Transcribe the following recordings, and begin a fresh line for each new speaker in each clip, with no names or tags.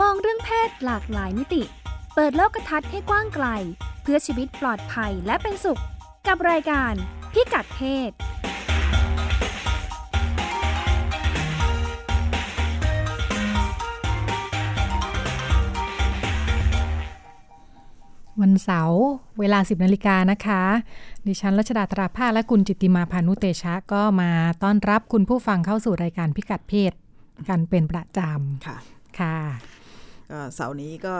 ศหลากหลายมิติ เปิดโลกทัศน์ให้กว้างไกล เพื่อชีวิตปลอดภัยและเป็นสุข กับรายการพิกัดเพศ
วันเสาร์เวลา 10นาฬิกานะคะ ดิฉันรัชดาตราภาคและคุณจิตติมาพานุเตชะก็มาต้อนรับคุณผู้ฟังเข้าสู่รายการพิกัดเพศกันเป็นประจ
ค่ะ
ำค่ะ
ก็เสาร์นี้ก็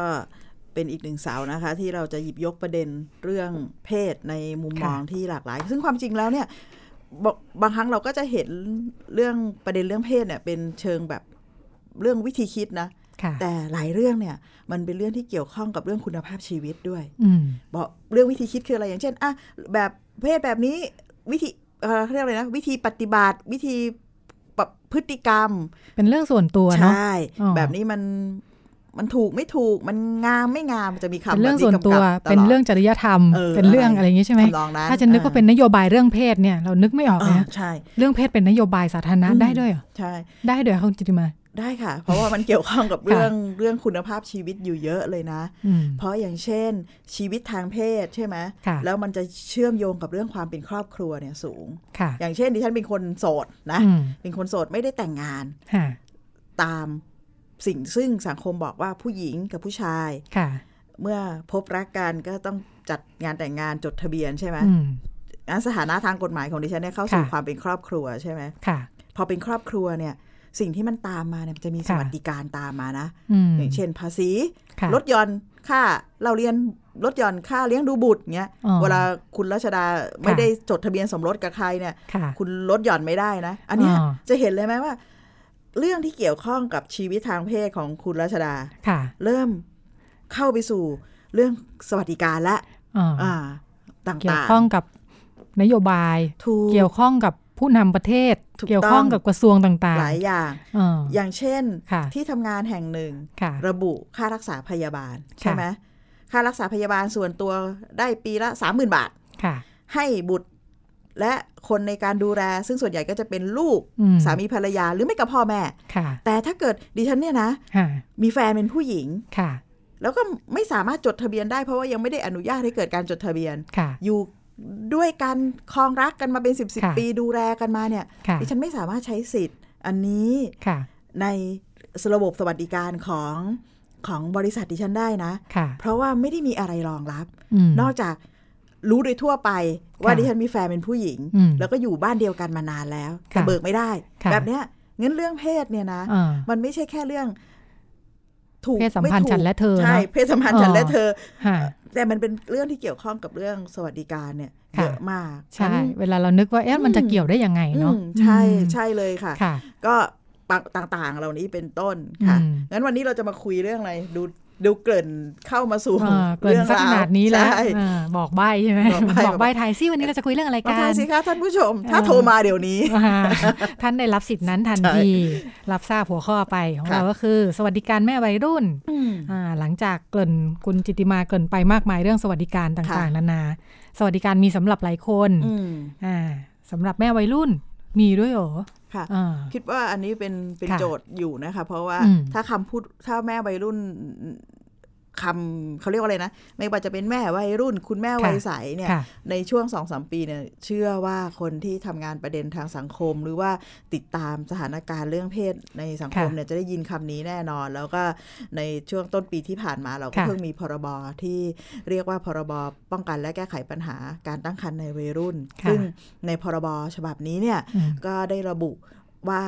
เป็นอีกหนึ่งเสาร์นะคะ ที่เราจะหยิบยกประเด็นเรื่องเพศในมุมมอง
ค่ะ
ที่หลากหลาย ซึ่งความจริงแล้วเนี่ยบอกบางครั้งเราก็จะเห็นเรื่องประเด็นเรื่องเพศเนี่ยเป็นเชิงแบบเรื่องวิธีคิดนะ
ค่ะ
แต่หลายเรื่องเนี่ยมันเป็นเรื่องที่เกี่ยวข้องกับเรื่องคุณภาพชีวิตด้วย
อืม
บอกเรื่องวิธีคิดคืออะไรอย่างเช่นอ่ะแบบเพศแบบนี้วิธีเอ่อเขาเรียกอะไรนะวิธีปฏิบัติวิธีปรับพฤติกรรม
เป็นเรื่องส่วนตัว
ใช
เนาะ
่
อ๋อ
แบบนี้มันมันถูกไม่ถูกมันงามไม่งามมันจะมีคำ
เป็นเรื่อง
แบบ
ส่วน
กำกับ
ตัว
ตลด
เป็นเรื่องจริยธรรม
เออ
เป็นเรื่อง
อะไร
อะไรอย่างงี้ใช่ไหม
ทำนองนั้น
ถ้าจะนึกว่าเป็นนโยบายเรื่องเพศเนี่ยเรานึกไม่ออก
เอ
เลย
อ
นะ
ใช่
เรื่องเพศเป็นนโยบายสาธารณะ
อืม
ได้ด้วยเหรอ
ใช่
ได้ด้วยเหรอคุณจิตติมา
ได้ค่ะ เพราะว่ามันเกี่ยวข้องกับ
ค่ะ
เรื่องเรื่องคุณภาพชีวิตอยู่เยอะเลยนะ
อืม
เพราะอย่างเช่น ชีวิตทางเพศใช่ไหม
ค่ะ
แล้วมันจะเชื่อมโยงกับเรื่องความเป็นครอบครัวเนี่ยสูง
ค่ะ
อย่างเช่นดิฉันเป็นคนโสดนะ
อืม
เป็นคนโสดไม่ได้แต่งงาน
ค่ะ
ตามสิ่งซึ่งสังคมบอกว่าผู้หญิงกับผู้ชาย
ค่ะ
เมื่อพบรักกันก็ต้องจัดงานแต่งงานจดทะเบียนใช่ไหม
อืม
งั้นสถานะทางกฎหมายของดิฉันเนี่ยเข้าสู่
ค่ะ
ความเป็นครอบครัวใช่ไหม
ค่ะ
พอเป็นครอบครัวเนี่ย สิ่งที่มันตามมาเนี่ยมันจะมี
ค่ะ
สวัสดิการตามมานะ
อืม
อย่างเช่นภาษี
ค่ะ
ลดหย่อนค่าเราเรียนลดหย่อนค่าเลี้ยงดูบุตรเงี้ย
อ๋อ
เวลาคุณรัชดาไม่ได้จดทะเบียนสมรสกับใครเนี่ย
ค่ะ
คุณลดหย่อนไม่ได้นะ อันเนี้ย
อ๋อ
จะเห็นเลยไหมว่า เรื่องที่เกี่ยวข้องกับชีวิตทางเพศของคุณรัชดา
ค่ะ
เริ่มเข้าไปสู่เรื่องสวัสดิการละ
อ่า
อ่า
เกี่ยว
ต่าง
ข้องกับนโยบาย
ๆถูก
เกี่ยวข้องกับผู้นำประเทศ
ถูกต้อง
เกี่ยวข้องกับกระทรวงต่าง
หลายอย่าง
ๆอ่า
อย่างเช่น
ค่ะ
ที่ทำงานแห่งหนึ่ง
ค่ะ
ระบุค่ารักษาพยาบาล ใช่ไหมค่ารักษาพยาบาลส่วนตัวได้ปีละ 30,000 บาท
ค่ะ
ให้บุตรและคนในการดูแล ซึ่งส่วนใหญ่ก็จะเป็นลูก
อืม
สามีภรรยาหรือไม่กับพ่อแม่
ค่ะ
แต่ถ้าเกิดดิฉันเนี่ยนะ
ค่ะ
มีแฟนเป็นผู้หญิง
ค่ะ
แล้วก็ไม่สามารถจดทะเบียนได้เพราะว่ายังไม่ได้อนุญาตให้เกิดการจดทะเบียน
ค่ะ
อยู่ด้วยกันครองรักกันมาเป็นสิบสิบ
ค่ะ
ปีดูแลกันมาเนี่ย
ค่ะ
ดิฉันไม่สามารถใช้สิทธิ์อันนี้
ค่ะ
ในระบบสวัสดิการของของบริษัทดิฉันได้นะ
ค่ะ
เพราะว่าไม่ได้มีอะไรรองรับ
ม
นอกจากรู้โดยทั่วไปว่า
ค่ะ
ดิฉันมีแฟนเป็นผู้หญิง
อืม
แล้วก็อยู่บ้านเดียวกันมานานแล้วแต่
ค่ะ
เบิกไม่ได้
ค่ะ
แบบเนี้ยงั้นเรื่องเพศเนี่ยนะ
อ่า
มันไม่ใช่แค่เรื่อง ถูก
เพศสัมพันธ์
ไถูก
ฉันและเธอ
ใช่
เนอะ
เพศสัมพันธ์ฉัน
เออ
และเธอ
ค่ะ
แต่มันเป็นเรื่องที่เกี่ยวข้องกับเรื่องสวัสดิการเนี่ย
ค่ะ
เยอะมาก
ใช่
งั้น
เวลาเรานึกว่า เอ๊ะ มันจะเกี่ยวได้ยังไง
อื
เนาะ
มใช่
อืม
ใช่เลยค่ะ
ค่ะ
ก็ต่างๆ เหล่านี้เป็นต้นค่ะ
อืม
งั้นวันนี้เราจะมาคุยเรื่องอะไร ดูดูเกริ่นเข้ามาสู่
อ่าเกินสักขนาดนี้แล้ว
ใช่
อ่าบอกใบใช่ไหม
บอกใบ้
บอกใบไทายซิวันนี้เราจะคุยเรื่องอะไร
มา
กั
ทาย
น
สิคะท่านผู้ชม ถ้า
เออ
โทรมาเดี๋ยวนี้
อ่าท่านได้รับสิทธินั้นทัน
ใช่
ที รับทราบหัวข้อไปของ
ค่ะ
เราก็คือ สวัสดิการแม่วัยรุ่น อ่าหลังจากเกริ่นคุณจิตติมาเกริ่นไปมากมายเรื่องสวัสดิการต่างๆ นานา สวัสดิการมีสำหรับหลายคน
อืม
อ่าสำหรับแม่วัยรุ่นมีด้วยเหรอ
ค่ะ
อ่า
คิดว่าอันนี้เป็นเป็น
ค่ะ
โจทย์อยู่นะคะ เพราะว่า
อืม
ถ้าคำพูดถ้าแม่วัยรุ่นคำเขาเรียกว่าอะไรนะ ไม่ว่าจะเป็นแม่วัยรุ่น คุณแม่วัย
ค่ะ
ใสเนี่ย
ค่ะ
ในช่วงสองสามปีเนี่ยเชื่อว่าคนที่ทำงานประเด็นทางสังคม หรือว่าติดตามสถานการณ์เรื่องเพศในสังคม
ค่ะ
เนี่ยจะได้ยินคำนี้แน่นอน แล้วก็ในช่วงต้นปีที่ผ่านมาเราก็
ค่ะ
เพิ่งมีพรบที่เรียกว่าพรบป้องกันและแก้ไขปัญหาการตั้งครรภ์ในวัยรุ่น ซึ่งในพรบฉบับนี้เนี่ย
อืม
ก็ได้ระบุว่า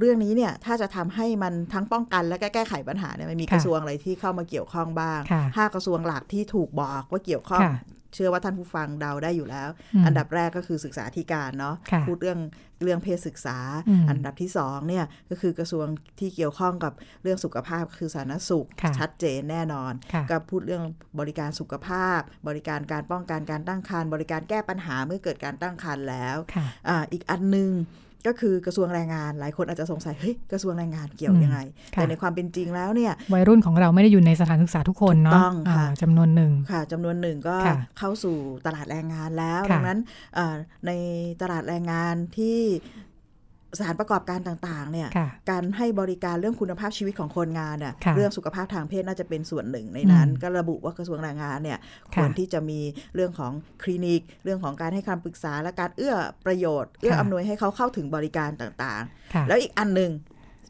เรื่องนี้เนี่ยถ้าจะทำให้มันทั้งป้องกันและก็แก้ไขปัญหาเนี่ยมันมีกระทรวงอะไรที่เข้ามาเกี่ยวข้องบ้าง
ค่ะ
ห้ากระทรวงหลักที่ถูกบอกว่าเกี่ยวข้อง
ค่ะ
เชื่อว่าท่านผู้ฟังเดาได้อยู่แล้ว
ม
อันดับแรกก็คือศึกษาธิการเนาะ
ค่ะ
พูดเรื่องเรื่องเพศศึกษา
อืม
อันดับที่สองเนี่ยก็คือกระทรวงที่เกี่ยวข้องกับเรื่องสุขภาพคือสาธารณสุข
ค่ะ
ชัดเจนแน่นอน
ค่ะ
ก็พูดเรื่องบริการสุขภาพ บริการการป้องกันการตั้งครรภ์บริการแก้ปัญหาเมื่อเกิดการตั้งครรภ์แล้ว
ค่ะ
อ่าอีกอันหนึงก็คือกระทรวงแรงงาน หลายคนอาจจะสงสัยเฮ้ยกระทรวงแรงงานเกี่ยวยังไง
ค่ะ
แต่ในความเป็นจริงแล้วเนี่ย
วัยรุ่นของเราไม่ได้อยู่ในสถานศึกษาทุกคน
ถู
เนาะ
กต้องค่ะ
อ่าจำนวนหนึ่ง
ค่ะจำนวนหนึ่งก็
ค่ะ
เข้าสู่ตลาดแรงงานแล้ว
ค่ะ
ดังนั้นเอ่อในตลาดแรงงานที่ สถานประกอบการต่างๆ เนี่ย
ค่ะ
การให้บริการเรื่องคุณภาพชีวิตของคนงานน่ะ
ค่ะ
เรื่องสุขภาพทางเพศน่าจะเป็นส่วนหนึ่งในนั้น
อืม
ก็ระบุว่ากระทรวงแรงงานเนี่ย
ค่ะ
ควรที่จะมีเรื่องของคลินิก เรื่องของการให้คำปรึกษาและการเอื้อประโยชน์เอื้อ
ค่ะ
อำนวยให้เขาเข้าถึงบริการต่าง
ค่ะ
ๆ แล้วอีกอันหนึ่ง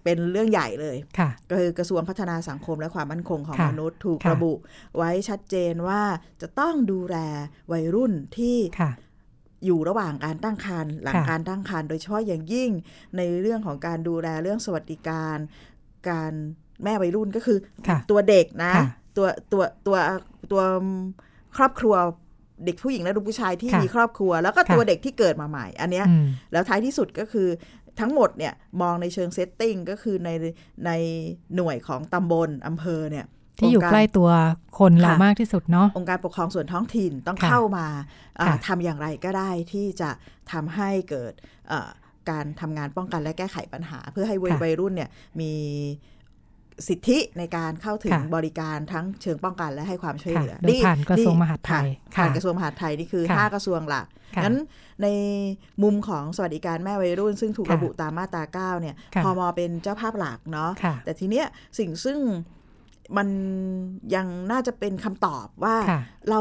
เป็นเรื่องใหญ่เลย
ค่ะ
ก็คือกระทรวงพัฒนาสังคมและความมั่นคงของ
ค่ะ
มนุษย์ถูก
ค่ะ
ระบุไว้ชัดเจนว่าจะต้องดูแลวัยรุ่นที่
ค่ะ
อยู่ระหว่างการตั้งครรภ์หลัง
ค่ะ
การตั้งครรภ์โดยเฉพาะอย่างยิ่งในเรื่องของการดูแลเรื่องสวัสดิการ การแม่วัยรุ่นก็คือ
ค่ะ
ตัวเด็กนะ
ค่ะ
ตัวตัวตัวตัวครอบครัวเด็กผู้หญิงและลูกผู้ชายที่
ค่ะ
มีครอบครัว แล้วก็ตัว
ค่ะ
เด็กที่เกิดมาใหม่ อันเนี้ย
อืม
แล้วท้ายที่สุดก็คือทั้งหมดเนี่ยมองในเชิงเซตติ้งก็คือในในหน่วยของตำบลอำเภอเนี่ย
ที่อยู่
งค์าร
ใกล้ตัวคนเรา
ค่ะ
มากที่สุดเนาะ
องค์การปกครองส่วนท้องถิ่นต้อง
ค่ะ
เข้ามาเอ่อ
ค่ะ
ทำอย่างไรก็ได้ที่จะทำให้เกิดเอ่อการทำงานป้องกันและแก้ไขปัญหา เพื่อให้วัย
ค่ะ
วัยรุ่นเนี่ยมีสิทธิในการเข้าถึง
ค่ะ
บริการทั้งเชิงป้องกันและให้ความช่วย
ค่ะ
เหลือ
โดยผ่านกระทรวงมหาดไทย
ค่ะผ่าน
ค่ะ
กระทรวงมหาดไทยนี่คือ
ค่ะ
5 กระทรวงหลัก
ค่ะ
นั้นในมุมของสวัสดิการแม่วัยรุ่น ซึ่งถูก
ค่ะ
ระบุตามมาตราเก้าเนี่ย
ค่ะ
พมเป็นเจ้าภาพหลักเนาะ
ค่ะ
แต่ทีเนี้ยสิ่งซึ่งมันยังน่าจะเป็นคำตอบว่า
ค่ะ
เรา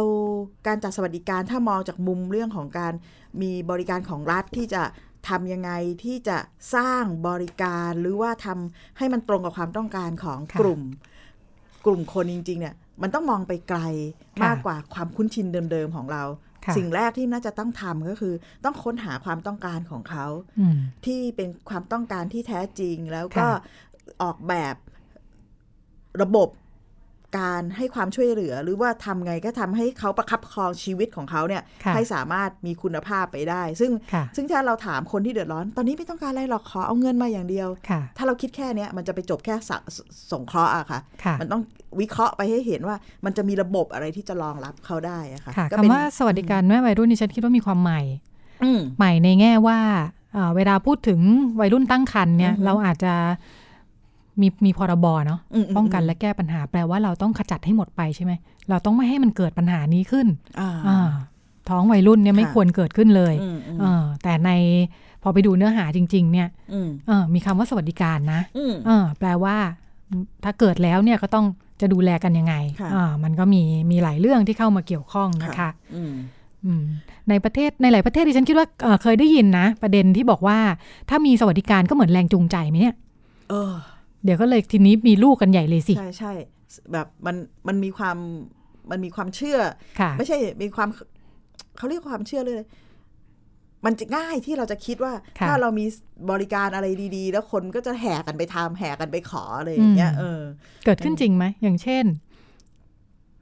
การจัดสวัสดิการถ้ามองจากมุมเรื่องของการมีบริการของรัฐที่จะทำยังไงที่จะสร้างบริการหรือว่าทำให้มันตรงกับความต้องการของ
ค่ะ
กลุ่ม กลุ่มคนจริง ๆ เนี่ย มันต้องมองไปไกล
ค่ะ
มากกว่าความคุ้นชินเดิม ๆ ของเรา
ค่ะ
สิ่งแรกที่น่าจะต้องทำก็คือ ต้องค้นหาความต้องการของเขา
อืม
ที่เป็นความต้องการที่แท้จริงแล้วก็
ค่ะ
ออกแบบระบบการให้ความช่วยเหลือ หรือว่าทำไงก็ทำให้เขาประคับประคองชีวิตของเขาเนี่ย
ค่ะ
ให้สามารถมีคุณภาพไปได้ ซึ่ง
ค่ะ
ซึ่งถ้าเราถามคนที่เดือดร้อน ตอนนี้ไม่ต้องการอะไรหรอกขอเอาเงินมาอย่างเดียว
ค่ะ
ถ้าเราคิดแค่เนี้ยมันจะไปจบแค่สะสสงเคราะห์อะค่ะ
ค่ะ
มันต้องวิเคราะห์ไปให้เห็นว่า มันจะมีระบบอะไรที่จะรองรับเขาได้อะค่ะ
ค่ะ
ก็เป็น
คำว่าสวัสดิการแม่วัยรุ่นนี่ฉันคิดว่ามีความใหม่
อืม
ใหม่ในแง่ว่าเอ่อเวลาพูดถึงวัยรุ่นตั้งครรภ์เนี่ย
อือฮึ
เราอาจจะมีมีพรบเนาะ
มม
ป้องกันและแก้ปัญหา แปลว่าเราต้องขจัดให้หมดไปใช่ไหมเราต้องไม่ให้มันเกิดปัญหานี้ขึ้น
อ่า
อ่าท้องวัยรุ่นเนี่ยไม่
ค่ะ
ควรเกิดขึ้นเลย
อืมอืม
เออแต่ในพอไปดูเนื้อหาจริง ๆ เนี่ย
อืม
เออมีคำว่าสวัสดิการนะ
อืม
เออแปลว่าถ้าเกิดแล้วเนี่ยก็ต้องจะดูแลกันยังไง
ค่ะ
อ่ามันก็มีมีหลายเรื่องที่เข้ามาเกี่ยวข้องนะคะ
อืม
อืมในประเทศในหลายประเทศดิฉันคิดว่าเอ่อเคยได้ยินนะ ประเด็นที่บอกว่า ถ้ามีสวัสดิการก็เหมือนแรงจูงใจไหมเนี่ย
เออ
เดี๋ยวก็เลยทีนี้มีลูกกันใหญ่เลยสิ
ใช่ใช่แบบมันมันมีความมันมีความเชื่อ
ค่ะ
ไม่ใช่มีความเขาเรียกความเชื่อเลย มันจะง่ายที่เราจะคิดว่า
ค่ะ
ถ้าเรามีบริการอะไรดี ๆ แล้วคนก็จะแห่กันไปทำแห่กันไปขออะไรอย่างเงี้ยเออ
เกิดขึ้นจริงไหมอย่างเช่น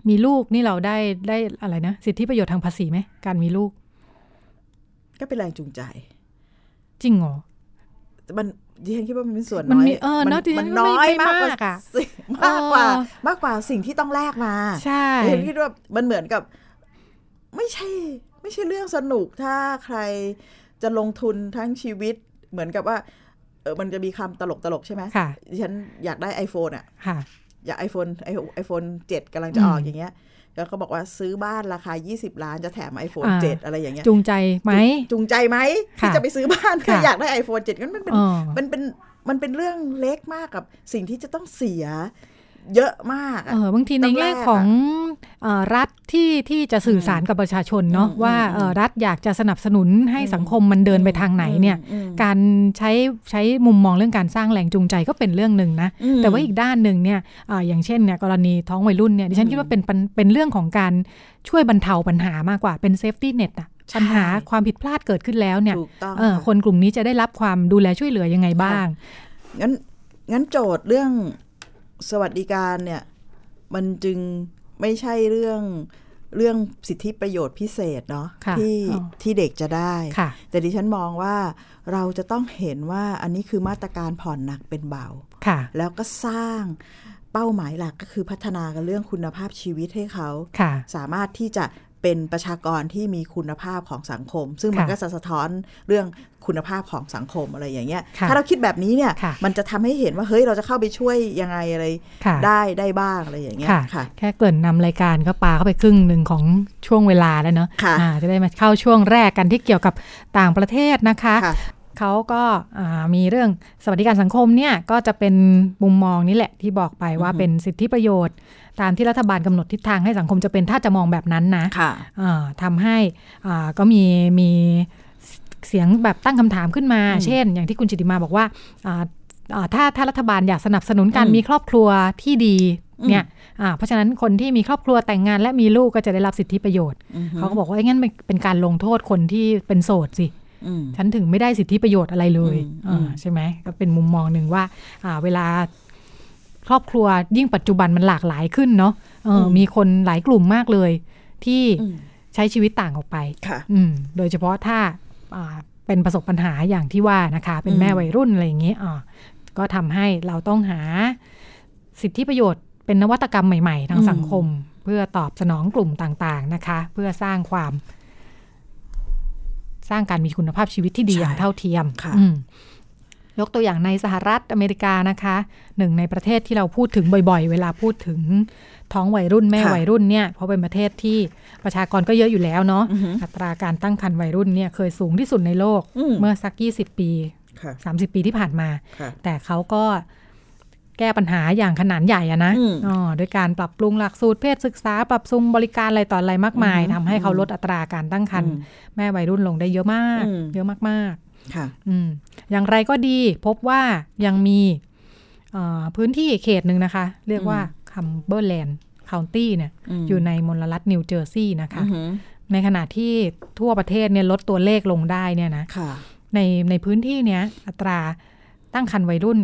มีลูกนี่เราได้ได้อะไรนะสิทธิประโยชน์ทางภาษีไหมการมีลูก
ก็เป็นแรงจูงใจ
จริงเหรอ
แต่มันดิฉันคิดว่ามันเป็นส่วน
มัน
น้อ
มี
ย
เออเนอะดิฉัน
มัน
ว่า
น้
ไม่
อย
ไม่
มากก
มากอะ
ว่าสิ่งมากกว่ามากกว่าสิ่งที่ต้องแลกมา
ใช่
เห็นคิดว่ามันเหมือนกับ ไม่ใช่ ไม่ใช่เรื่องสนุกถ้าใครจะลงทุนทั้งชีวิต เหมือนกับว่า เออมันจะมีคำตลกตลกๆใช่ไหม
ค่ะ
ดิฉันอยากได้ iPhone อ่ะ
ค่ะ
อยาก iPhone ไอไอโฟนเจ็ดกำลังจะออก
อืม
อย่างเงี้ย แล้วก็บอกว่าซื้อบ้านราคา 20 ล้านจะแถม iPhone
อ่า
7 อะไรอย่างเงี้ย
จูงใจไหม
จูงใจไหมที่
ค่ะ
จะไปซื้อบ้าน ถ้า
ค่ะ
อยากได้ iPhone 7งั้นมันเป็น
อ๋อ
มันเป็นมันเป็นเรื่องเล็กมากกับสิ่งที่จะต้องเสีย เยอะมากอะ
เออบางทีใน
ต้องแล
แง่
กอะ
ของเอ่อรัฐที่ที่จะสื่อสารกับประชาชนเนาะ
อืม
ว่า
อืม
เอ่อรัฐอยากจะสนับสนุนให้
อืม
สังคมมันเดินไปทางไหนเนี่ย
อืม
การใช้ใช้มุมมองเรื่องการสร้างแรงจูงใจก็เป็นเรื่องหนึ่งนะ
อืม
แต่ว่าอีกด้านหนึ่งเนี่ยอาอย่างเช่นเนี่ยกรณีท้องวัยรุ่นเนี่ยดิฉันคิดว่าเป็นปัญเป็นเรื่องของการช่วยบรรเทาปัญหามากกว่าเป็นเซฟตี้เน็ตอะ
ใช่
ปัญหาความผิดพลาดเกิดขึ้นแล้วเนี่ย
ถูกต้อง
เออ
ค่ะ
คนกลุ่มนี้จะได้รับความดูแลช่วยเหลือยังไงบ้าง
งั้นงั้นโจทย์เรื่องสวัสดิการเนี่ย มันจึงไม่ใช่เรื่องเรื่องสิทธิประโยชน์พิเศษเนาะ
ค่ะ
ที่
อ๋อ
ที่เด็กจะได้
ค่ะ
แต่ดิฉันมองว่าเราจะต้องเห็นว่าอันนี้คือมาตรการผ่อนหนักเป็นเบา
ค่ะ
แล้วก็สร้างเป้าหมายหลักก็คือพัฒนากันเรื่องคุณภาพชีวิตให้เขา
ค่ะ
สามารถที่จะเป็นประชากรที่มีคุณภาพของสังคม ซึ่งมัน
ค่ะ
ก็จะสะท้อนเรื่องคุณภาพของสังคมอะไรอย่างเงี้ย
ค่ะ
ถ้าเราคิดแบบนี้เนี่ย
ค่ะ
มันจะทำให้เห็นว่าเฮ้ยเราจะเข้าไปช่วยยังไงอะไร
ค่ะ
ได้ได้บ้างอะไรอย่างเงี้ย
ค่ะ
ค่ะ
แค่เกริ่นนำรายการก็ปาเข้าไปครึ่งหนึ่งของช่วงเวลาแล้วเนาะ
ค่ะ
อ่าจะได้มาเข้าช่วงแรกกันที่เกี่ยวกับต่างประเทศนะคะ
ค่ะ
เขาก็อ่ามีเรื่องสวัสดิการสังคมเนี่ย ก็จะเป็นมุมมองนี่แหละที่บอกไปว่า
อือหือ
เป็นสิทธิประโยชน์ ตามที่รัฐบาลกำหนดทิศทางให้สังคมจะเป็นถ้าจะมองแบบนั้นนะ
ค่ะ
อ่าทำให้อ่าก็มีมีเสียงแบบตั้งคำถามขึ้นมา
อืม
เช่น อย่างที่คุณจิติมาบอกว่าอ่าอ่าถ้าถ้ารัฐบาลอยากสนับสนุนการ
อืม
มีครอบครัวที่ดี
อืม
เนี่ยอ่าเพราะฉะนั้นคนที่มีครอบครัวแต่งงานและมีลูกก็จะได้รับสิทธิประโยชน์
อือหือ
เขาก็บอกว่าเอ้ยงั้นเป็นเป็นการลงโทษคนที่เป็นโสดสิ
อืม
ฉันถึงไม่ได้สิทธิประโยชน์อะไรเลย
อืม
อ่า
อืม
ใช่ไหมก็เป็นมุมมองหนึ่งว่าอ่า เวลาครอบครัวยิ่งปัจจุบันมันหลากหลายขึ้นเนาะเอออมีคนหลายกลุ่มมากเลย ที่
อืม
ใช้ชีวิตต่างออกไป
ค่ะ
อืม โดยเฉพาะถ้าอ่าเป็นประสบปัญหาอย่างที่ว่านะคะ เป็นแม่
อืม
วัยรุ่นอะไรอย่างเงี้ยอ่าก็ทำให้เราต้องหาสิทธิประโยชน์เป็นนวัตกรรมใหม่ๆ ทางสังคม เพื่อตอบสนองกลุ่มต่างๆนะคะ เพื่อสร้างความ สร้างการมีคุณภาพชีวิตที่ดี
ใช่
อย่างเท่าเทียม
ค่ะ
อืมยกตัวอย่างในสหรัฐอเมริกานะคะ หนึ่งในประเทศที่เราพูดถึงบ่อย ๆ เวลาพูดถึงท้องวัยรุ่นแม่
ค่ะ
วัยรุ่นเนี่ยเพราะเป็นประเทศที่ประชากรก็เยอะอยู่แล้วเนาะ
อือหือ
อัตราการตั้งครรภ์วัยรุ่นเนี่ยเคยสูงที่สุดในโลก
อืม
เมื่อสัก 20 ปี
ค่ะ
30 ปีที่ผ่านมา
ค่ะ
แต่เขาก็แก้ปัญหาอย่างขนาดใหญ่อะนะ
อืม
อ๋อด้วยการปรับปรุงหลักสูตรเพศศึกษา ปรับปรุงบริการอะไรต่ออะไรมากมาย
อือฮึ
ทำให้เขาลดอัตราการตั้งครรภ์
อืม
แม่วัยรุ่นลงได้เยอะมาก
อืม
เยอะมาก
ค่ะ
ๆอืมอย่างไรก็ดีพบว่ายังมีเอ่อพื้นที่เขตหนึ่งนะคะ เรียกว่าคัมเบอร์แลนด์คาวตี้เนี่ย
ม
อยู่ในมลรัฐนิวเจอร์ซีย์นะคะ
อือหือ
ในขณะที่ทั่วประเทศเนี่ยลดตัวเลขลงได้เนี่ยนะ
ค่ะ
ในในพื้นที่เนี้ยอัตราตั้งครรภ์วัยรุ่น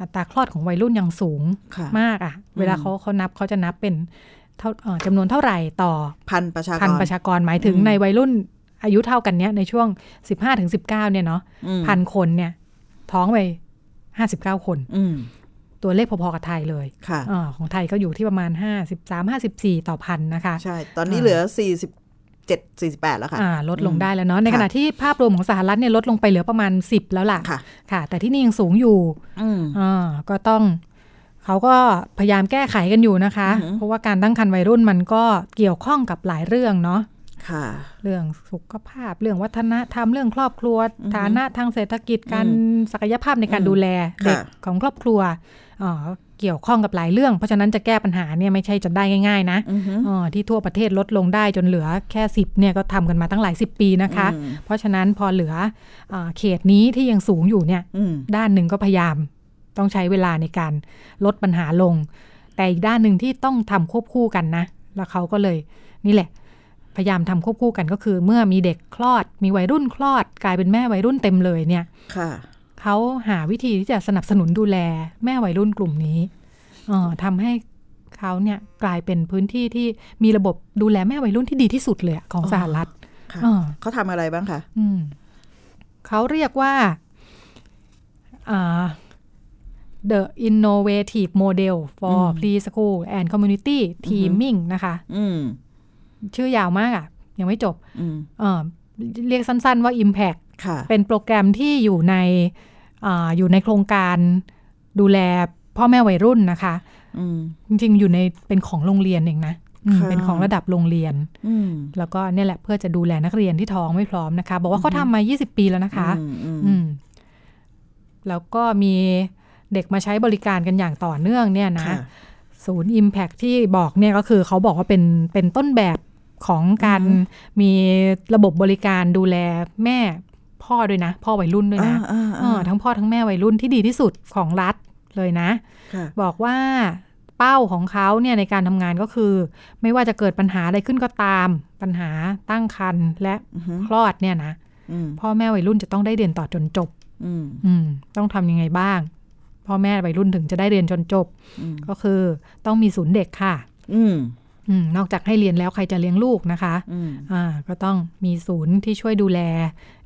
อัตราคลอดของวัยรุ่นยังสูง
ค่ะ
มากอะ่ะ เวลาเขาเขานับเขาจะนับเป็นเท่าเอ่อจำนวนเท่าไหร่ต่อ
พันประชาก
พัน
ร
ประชากรหมายถึง
อืม
ในวัยรุ่นอายุเท่ากันเนี้ยในช่วง 15-19ถึง19เนี่ยเนาะ
อืม
พันคนเนี่ยท้องไป59 คน
อืม
ตัวเลขพอๆกับไทยเลย
ค่ะ
เออของไทยก็อยู่ที่ประมาณ 53-54 ต่อพันนะคะ
ใช่ ตอนนี้
อ่า
เหลือสี่สิบเจ็ดสี่สิบแปดแล้วค่ะ
อ่าลดลง
อืม
ได้แล้วเนาะในขณะที่ภาพรวมของสหรัฐเนี่ยลดลงไปเหลือประมาณ 10 แล้วล่ะ
ค่ะ
ค่ะ แต่ที่นี่ยังสูงอยู่
อืม
อ่าก็ต้องเขาก็พยายามแก้ไขกันอยู่นะคะ
อือหือ
เพราะว่าการตั้งครรภ์วัยรุ่นมันก็เกี่ยวข้องกับหลายเรื่องเนาะ
ค่ะ
เรื่องสุขภาพ เรื่องวัฒนธรรมเรื่องครอบครัว
อือหือ
ฐานะทางเศรษฐกิจการ
อื
ศักยภาพในการ
อืม
ดูแลเด็ก
ค่ะ
ของครอบครัวอ่าเกี่ยวข้องกับหลายเรื่อง เพราะฉะนั้นจะแก้ปัญหาเนี่ยไม่ใช่จะได้ง่ายๆนะ
อือหือ
เอ่อที่ทั่วประเทศลดลงได้จนเหลือแค่ 10เนี่ยก็ทำกันมาตั้งหลาย 10 ปีนะคะ
อืม
เพราะฉะนั้นพอเหลือเออเขตนี้ที่ยังสูงอยู่เนี่ย
อืม
ด้านหนึ่งก็พยายามต้องใช้เวลาในการลดปัญหาลง แต่อีกด้านหนึ่งที่ต้องทำควบคู่กันนะ แล้วเขาก็เลยนี่แหละ พยายามทำควบคู่กันก็คือ เมื่อมีเด็กคลอด มีวัยรุ่นคลอด กลายเป็นแม่วัยรุ่นเต็มเลยเนี่ย
ค่ะ
เขาหาวิธีที่จะสนับสนุนดูแลแม่วัยรุ่นกลุ่มนี้เอ่อทำให้เขาเนี่ยกลายเป็นพื้นที่ที่มีระบบดูแลแม่วัยรุ่นที่ดีที่สุดเลยอะของสหรัฐ
ค่ะ
เอ่อ
เขาทำอะไรบ้างคะ
อืมเขาเรียกว่าอ่า the innovative model for
อืม
preschool and community teaming นะคะ
อืม
ชื่อยาวมากอะ่ะ ยังไม่จบ
อืม
เอ่อเรียกสั้นๆว่า impact
ค่ะ
เป็นโปรแกรมที่อยู่ในอาอยู่ในโครงการดูแลพ่อแม่วัยรุ่นนะคะ
อืม
จริงๆ อยู่ในเป็นของโรงเรียนเองนะอืม
ค่ะ
เป็นของระดับโรงเรียน
อืม
แล้วก็เนี่ยแหละเพื่อจะดูแลนักเรียนที่ท้องไม่พร้อมนะคะ บอกว่าเขาทำมา 20 ปีแล้วนะคะ
อืมอืม
อืมแล้วก็มีเด็กมาใช้บริการกันอย่างต่อเนื่องเนี่ยนะ
ค่ะ
ศูนย์ Impact ที่บอกเนี่ยก็คือเขาบอกว่าเป็นเป็นต้นแบบของการ
อือฮึ
มีระบบบริการดูแลแม่พ่อด้วยนะ พ่อวัยรุ่นด้วยนะ
อ่า
เอ
อ่า
อทั้งพ่อทั้งแม่วัยรุ่นที่ดีที่สุดของรัฐเลยนะ
ค่ะ
บอกว่าเป้าของเขาเนี่ยในการทำงานก็คือ ไม่ว่าจะเกิดปัญหาอะไรขึ้นก็ตาม ปัญหาตั้งครรภ์และ
อือหือ
คลอดเนี่ยนะ
อืม
พ่อแม่วัยรุ่นจะต้องได้เรียนต่อจนจบ
อืม
อืมต้องทำยังไงบ้าง พ่อแม่วัยรุ่นถึงจะได้เรียนจนจบ
อืม
ก็คือต้องมีศูนย์เด็กค่ะ
อืม
อืมนอกจากให้เรียนแล้วใครจะเลี้ยงลูกนะคะ
อืม
อ่าก็ต้องมีศูนย์ที่ช่วยดูแล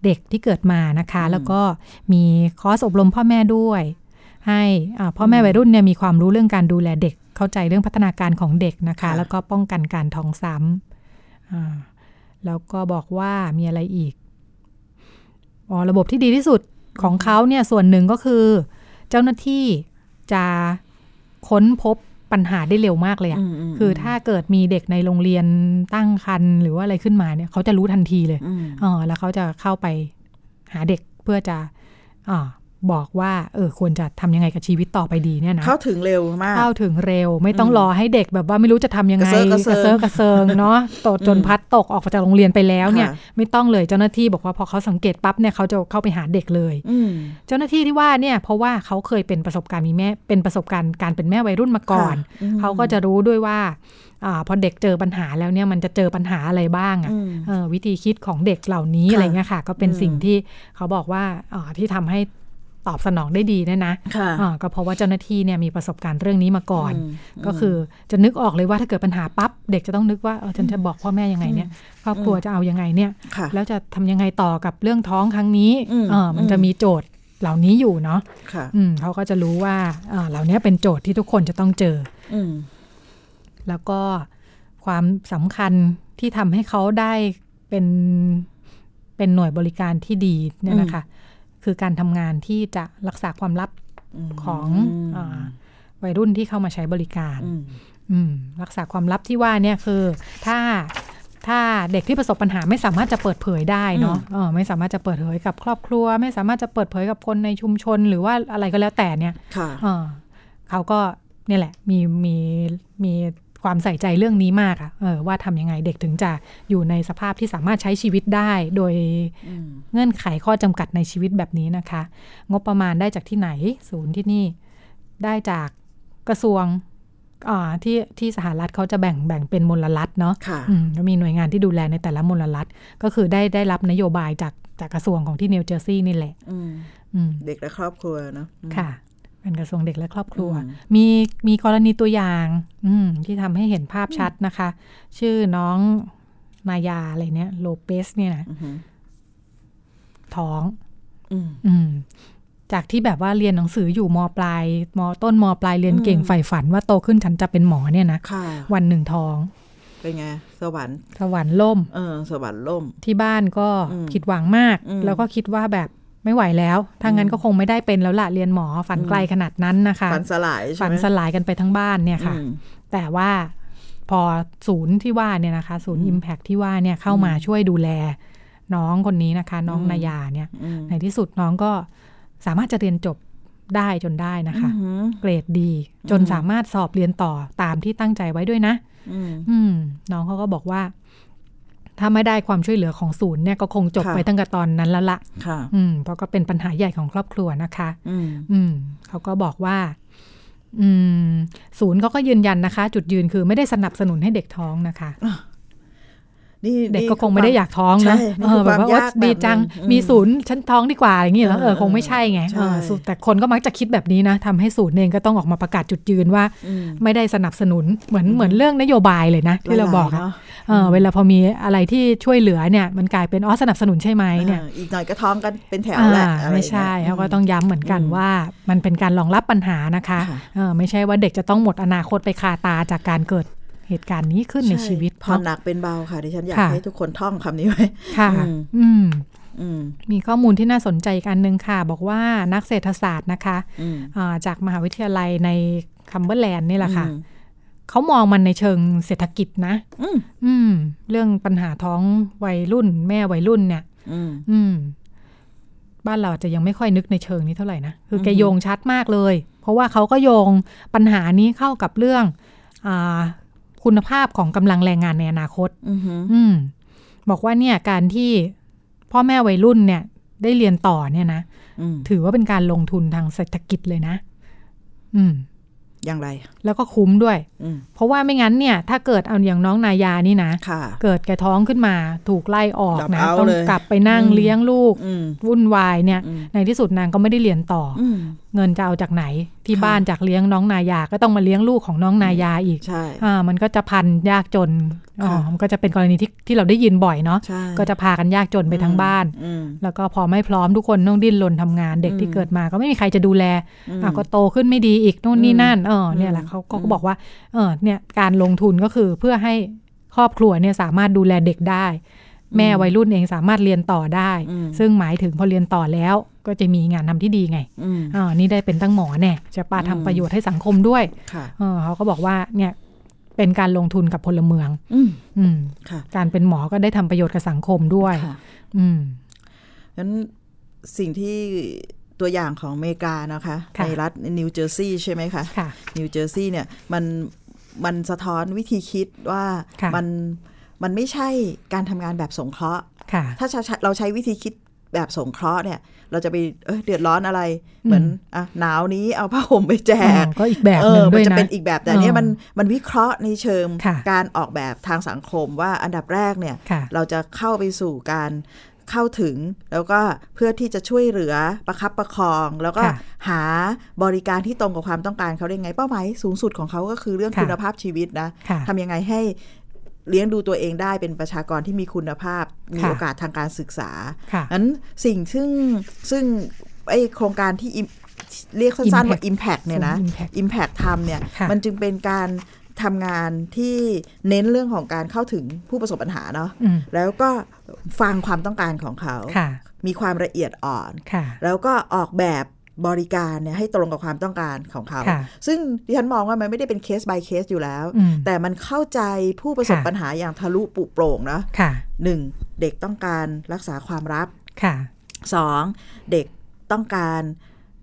เด็กที่เกิดมานะคะ
อืม
แล้วก็มีคอร์สอบรมพ่อแม่ด้วย ให้อ่าพ่อแม่วัยรุ่นเนี่ยมีความรู้เรื่องการดูแลเด็ก เข้าใจเรื่องพัฒนาการของเด็กนะคะ แล้วก็ป้องกันการท้องซ้ำอ่าแล้วก็บอกว่ามีอะไรอีก อ๋อระบบที่ดีที่สุดของเขาเนี่ยส่วนหนึ่งก็คือ เจ้าหน้าที่จะค้นพบปัญหาได้เร็วมากเลยอะ
อืมม
คือถ้าเกิดมีเด็กในโรงเรียนตั้งครรภ์หรือว่าอะไรขึ้นมาเนี่ยเขาจะรู้ทันทีเลย
อืม
อ๋อแล้วเขาจะเข้าไปหาเด็ก เพื่อจะอาบอกว่าเออควรจะทำยังไงกับชีวิตต่อไปดีเนี่ยนะ
เข้าถึงเร็วมาก
เข้าถึงเร็วไม่ต้อง
อืม
รอให้เด็กแบบว่าไม่รู้จะทำยังไง
กระเซอะกระเซิง
เซอะกระเซิงเนาะตกจน
อืม
พัดตกออกจากโรงเรียนไปแล้วเนี่ย
ค่ะ
ไม่ต้องเลยเจ้าหน้าที่บอกว่าพอเขาสังเกตปั๊บเนี่ยเขาจะเข้าไปหาเด็กเลย
อืม
เจ้าหน้าที่ที่ว่าเนี่ยเพราะว่าเขาเคยเป็นประสบการณ์มีแม่เป็นประสบการณ์การเป็นแม่วัยรุ่นมาก่อน
ค่ะอืม
เขาก็จะรู้ด้วยว่าอาพอเด็กเจอปัญหาแล้วเนี่ยมันจะเจอปัญหาอะไรบ้างอะ
อืม
เอ่อวิธีคิดของเด็กเหล่านี้
ค่ะ
อะไรเงี้ยค่ะ ก็เป็น
อืม
สิ่งที่เขาบอกว่าเอ่อที่ทำให้ตอบสนองได้ดีเนะนะ
ค่ะ
เอ่อก็เพราะว่าเจ้าหน้าที่เนี่ยมีประสบการณ์เรื่องนี้มาก่อน
ม
ก็คือจะนึกออกเลยว่าถ้าเกิดปัญหาปั๊บเด็กจะต้องนึกว่าเออฉันจะบอกพ่อแม่ยังไงเนี่ยครอบครัวจะเอายังไงเนี่ย
ค่ะ
แล้วจะทำยังไงต่อกับเรื่องท้องครั้งนี้
อืม
เออมัน
อืม
จะมีโจทย์เหล่านี้อยู่เนาะ
ค่ะ
อืมเขาก็จะรู้ว่าเอ่อเหล่านี้เป็นโจทย์ที่ทุกคนจะต้องเจอ
อืม
แล้วก็ความสำคัญที่ทำให้เขาได้เป็นเป็นหน่วยบริการที่ดีเนี่ยนะคะ คือการทำงานที่จะรักษาความลับของ
ม
อาวัยรุ่นที่เข้ามาใช้บริการ
อืม
อืมรักษาความลับที่ว่าเนี่ยคือถ้าถ้าเด็กที่ประสบปัญหาไม่สามารถจะเปิดเผยได้เนาะเออไม่สามารถจะเปิดเผยกับครอบครัว ไม่สามารถจะเปิดเผยกับคนในชุมชน หรือว่าอะไรก็แล้วแต่เนี่ย
ค่ะ
เออเขาก็เนี่ยแหละมีมีมีความใส่ใจเรื่องนี้มากอะเออว่าทำยังไงเด็กถึงจะอยู่ในสภาพที่สามารถใช้ชีวิตได้ โดย
อืม
เงื่อนไขข้อจำกัดในชีวิตแบบนี้นะคะ งบประมาณได้จากที่ไหน ศูนย์ที่นี่ได้จากกระทรวงอ่าที่ที่สหรัฐเขาจะแบ่งแบ่งเป็นมลรัฐเนาะ
ค่ะ
อืมก็มีหน่วยงานที่ดูแลในแต่ละมลรัฐ ก็คือได้ได้รับนโยบายจากจากกระทรวงของที่นิวเจอร์ซีย์นี่แหละ
อืม
อืม
เด็กและครอบครัวเนอะอืม
ค่ะเป็นกระทรวงเด็กและครอบครัว
อืม
มีมีกรณีตัวอย่าง อืมที่ทำให้เห็นภาพชัดนะคะ ชื่อน้องนายาอะไรเนี่ยโลเปสเนี่ยนะ
อือหือ
ท้อง
อืม
อืมจากที่แบบว่าเรียนหนังสืออยู่มปลายมต้นมปลายเรียนเก่ง
อืม
ใฝ่ฝันว่าโตขึ้นฉันจะเป็นหมอเนี่ยนะ
ค่ะ
วันหนึ่งท้อง
เป็นไง สวรรค์
สวรรค์ล่ม
เออ สวรรค์ล่ม
ที่บ้านก็
อืม
ผิดหวังมาก
อืม
แล้วก็คิดว่าแบบไม่ไหวแล้วถ้างั้น
อืม
ก็คงไม่ได้เป็นแล้วล่ะเรียนหมอฝันไกลขนาดนั้นนะคะ
ฝันสลายใช่
ฝัน
ไหม
สลายกันไปทั้งบ้านเนี่ยค่ะ
อืม
แต่ว่าพอศูนย์ที่ว่าเนี่ยนะคะ ศูนย์
อืม
Impact ที่ว่าเนี่ยเข้ามาช่วยดูแล น้องคนนี้นะคะ น้อง
อืม
นายาเนี่ย
อืม
ในที่สุดน้องก็สามารถจะเรียนจบได้จนได้นะคะ
อืม
เกรดดี จน
อืม
สามารถสอบเรียนต่อตามที่ตั้งใจไว้ด้วยนะ
อืม
อืม น้องเขาก็บอกว่า ถ้าไม่ได้ความช่วยเหลือของศูนย์เนี่ยก็คงจบ
ค่ะ
ไปตั้งแต่ตอนนั้นแล้วละ
ค่ะ
อืมเพราะก็เป็นปัญหาใหญ่ของครอบครัวนะคะ
อืม
อืมเขาก็บอกว่า อืม ศูนย์เขาก็ยืนยันนะคะ จุดยืนคือไม่ได้สนับสนุนให้เด็กท้องนะคะ
นี่
เด็ก
นี่
ก็คงไม่ได้
ว
อยากท้องนะ
ใช่
เอ
นี่คือ อ
แบบว่า
ความยาก
โอ๊ยดีจัง
แบบหนึ่ง
มี
อืม
ศูนย์ชั้นท้องดีกว่าอย่างนี้เหรอเออ
เออ
คงไม่ใช่ไง
ใช่
เออสุดแต่คนก็มักจะคิดแบบนี้นะทำให้ศูนย์เองก็ต้องออกมาประกาศจุดยืนว่า
อืม
ไม่ได้สนับสนุนเหมือนเหมือนเรื่องนโยบายเลยนะที่เราบอก
หลย
อะ
ๆเนาะ
เออเวลาพอมีอะไรที่ช่วยเหลือเนี่ย มันกลายเป็นอ๋อสนับสนุนใช่ไหมเนี่ย
เอออีกหน่อยก็ท้องกันเป็นแถวแหละ
อ่า
อะไร
ไม่
อย่งเงี้ย
ใช่เขาก็
ม
ต้องย้ำเหมือนกัน
อืม
ว่ามันเป็นการรองรับปัญหานะคะ
ค่ะ
เออไม่ใช่ว่าเด็กจะต้องหมดอนาคตไปคาตาจากการเกิดเหตุการณ์นี้ขึ้นในชีวิต
ผ่อนห
เนาะ
นักเป็นเบาค่ะดิฉันอยาก
ค่ะ
ให้ทุกคนท่องคำนี้ไว้
ค่ะ
อืม
อืม
อืม
มีข้อมูลที่น่าสนใจอีกอันหนึ่งค่ะ บอกว่านักเศรษฐศาสตร์นะคะ
อืม
อ่าจากมหาวิทยาลัยในคัมเบอร์แลนด์นี่แหละค่ะ
อืม
เขามองมันในเชิงเศรษฐกิจนะ
อืม
อืม เรื่องปัญหาท้องวัยรุ่น แม่วัยรุ่นเนี่ย
อืม
อืม บ้านเราอาจจะยังไม่ค่อยนึกในเชิงนี้เท่าไหร่นะ คือแก
อือฮึ
โยงชัดมากเลย เพราะว่าเขาก็โยงปัญหานี้เข้ากับเรื่องอาคุณภาพของกำลังแรงงานในอนาคต
อืมอืม
อืม บอกว่าเนี่ยการที่พ่อแม่วัยรุ่นเนี่ย ได้เรียนต่อเนี่ยนะ
อืม
ถือว่าเป็นการลงทุนทางเศรษฐกิจเลยนะ อืม
อย่างไร
แล้วก็คุ้มด้วย
อืม
เพราะว่าไม่งั้นเนี่ย ถ้าเกิดเอาอย่างน้องนายานี่นะ
ค่ะ
เกิดแกท้องขึ้นมา ถูกไล่ออกนะ
Drop out
ต้อง
เลย
กลับไปนั่ง
อืม
เลี้ยงลูก
อืม
วุ่นวายเนี่ย
อืม
ในที่สุดนางก็ไม่ได้เรียนต่ออ
อืม
เงินจะเอาจากไหน ที่
ค่ะ
บ้านจากเลี้ยงน้องนายาก็ต้องมาเลี้ยงลูกของน้องนายาอีก
ใช่
อ่ามันก็จะพันยากจนอ๋อ
ค่ะ
มันก็จะเป็นกรณีที่ที่เราได้ยินบ่อยเนาะ
ใช่
ก็จะพากันยากจนไปทั้งบ้าน
อืม
แล้วก็พอไม่พร้อมทุกคนต้องดิ้นรนทำงานเด็กที่
อืม
เกิดมาก็ไม่มีใครจะดูแล
อืม
อ่ะก็โตขึ้นไม่ดีอีกนู่นนี่นั่นเอออ
ม
เนี่ยแหละเขาเขาก็
อืม
บอกว่าเออเนี่ยการลงทุนก็คือเพื่อให้ครอบครัวเนี่ยสามารถดูแลเด็กได้ แม่วัยรุ่นเองสามารถเรียนต่อได้
อืม
ซึ่งหมายถึงพอเรียนต่อแล้วก็จะมีงานทำที่ดีไง
อืม
อ่านี่ได้เป็นตั้งหมอแน่จะปาทำ
อืม
ประโยชน์ให้สังคมด้วย
ค่ะ
เออเขาก็บอกว่าเนี่ยเป็นการลงทุนกับพลเมือง
อืม
อืม
ค่ะ
การเป็นหมอก็ได้ทำประโยชน์กับสังคมด้วย
ค่ะ
อืม
งั้น สิ่งที่ตัวอย่างของอเมริกานะคะ
ค่ะ
ในรัฐนิวเจอร์ซีย์ใช่ไหมคะ
ค่ะ
นิวเจอร์ซีย์เนี่ยมันมันสะท้อนวิธีคิดว่า
ค่ะ
มันมันไม่ใช่การทำงานแบบสงเคราะห์
ค่ะ
ถ้าใช้เราใช้วิธีคิดแบบสงเคราะห์เนี่ย เราจะไปเอ้ยเดือดร้อนอะไร เหมือนอ่ะหนาวนี้เอาผ้าห่มไปแจ
อ๋
ก
อก็อีกแบบหนึ่ง
เออ
ด้
มั
วย
จะ
นะ
เป็นอีกแบบแต่เนี่ย
เออ
มันมันวิเคราะห์ในเชิง
ค่ะ
การออกแบบทางสังคมว่าอันดับแรกเนี่ย
ค่ะ
เราจะเข้าไปสู่การเข้าถึง แล้วก็เพื่อที่จะช่วยเหลือประคับประคอง แล้วก็
ค่ะ
หาบริการที่ตรงกับความต้องการเขาได้ไงเป้าหมายสูงสุดของเขาก็คือเรื่อง
ค่ะ
คุณภาพชีวิตนะ
ค่ะ
ทำยังไงให้เลี้ยงดูตัวเองได้เป็นประชากรที่มีคุณภาพ มี
ค่ะ
โอกาสทางการศึกษา
ค่ะ
นั้นสิ่งซึ่งซึ่งไอโครงการที่ im- เรียกสั้นๆว่า Impact เนี่ยนะ
ศูย์ Impact
Impact ทำเนี่ย
ค่ะ
มันจึงเป็นการทำงานที่เน้นเรื่องของการเข้าถึงผู้ประสบปัญหาเนาะ
อืม
แล้วก็ฟังความต้องการของเขา
ค่ะ
มีความละเอียดอ่อน
ค่ะ
แล้วก็ออกแบบบริการเนี่ยให้ตรงกับความต้องการของเขา
ค่ะ
ซึ่งดิฉันมองว่ามันไม่ได้เป็นเคส by เคสอยู่แล้ว
อืม
แต่มันเข้าใจผู้ประสบ
ค่ะ
ปัญหาอย่างทะลุปลุโปร่งนะ
ค่ะ
หนึ่งเด็กต้องการรักษาความลับ
ค่ะ
สองเด็กต้องการ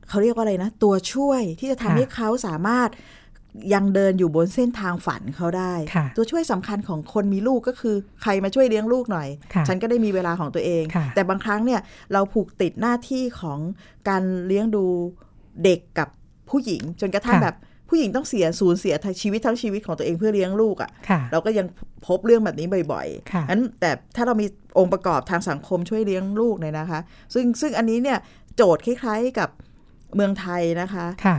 เขาเรียกว่าอะไรนะ ตัวช่วยที่จะทำ
ค่ะ
ให้เขาสามารถยังเดินอยู่บนเส้นทางฝันเขาได้
ค่ะ
ตัวช่วยสำคัญของคนมีลูกก็คือใครมาช่วยเลี้ยงลูกหน่อย
ค่ะ
ฉันก็ได้มีเวลาของตัวเอง
ค่ะ
แต่บางครั้งเนี่ยเราผูกติดหน้าที่ของการเลี้ยงดูเด็กกับผู้หญิง จนกระทั่ง
ค่ะ
แบบผู้หญิงต้องเสียสูญเสียทั้งชีวิตทั้งชีวิตของตัวเองเพื่อเลี้ยงลูกอ่ะ
ค่ะ
เราก็ยังพบเรื่องแบบนี้บ่อย
ค่ะ
ๆงั้นแต่ถ้าเรามีองค์ประกอบทางสังคมช่วยเลี้ยงลูกเนี่ยนะคะ ซึ่งซึ่งอันนี้เนี่ยโจทย์คล้ายๆกับเมืองไทยนะคะ
ค่ะ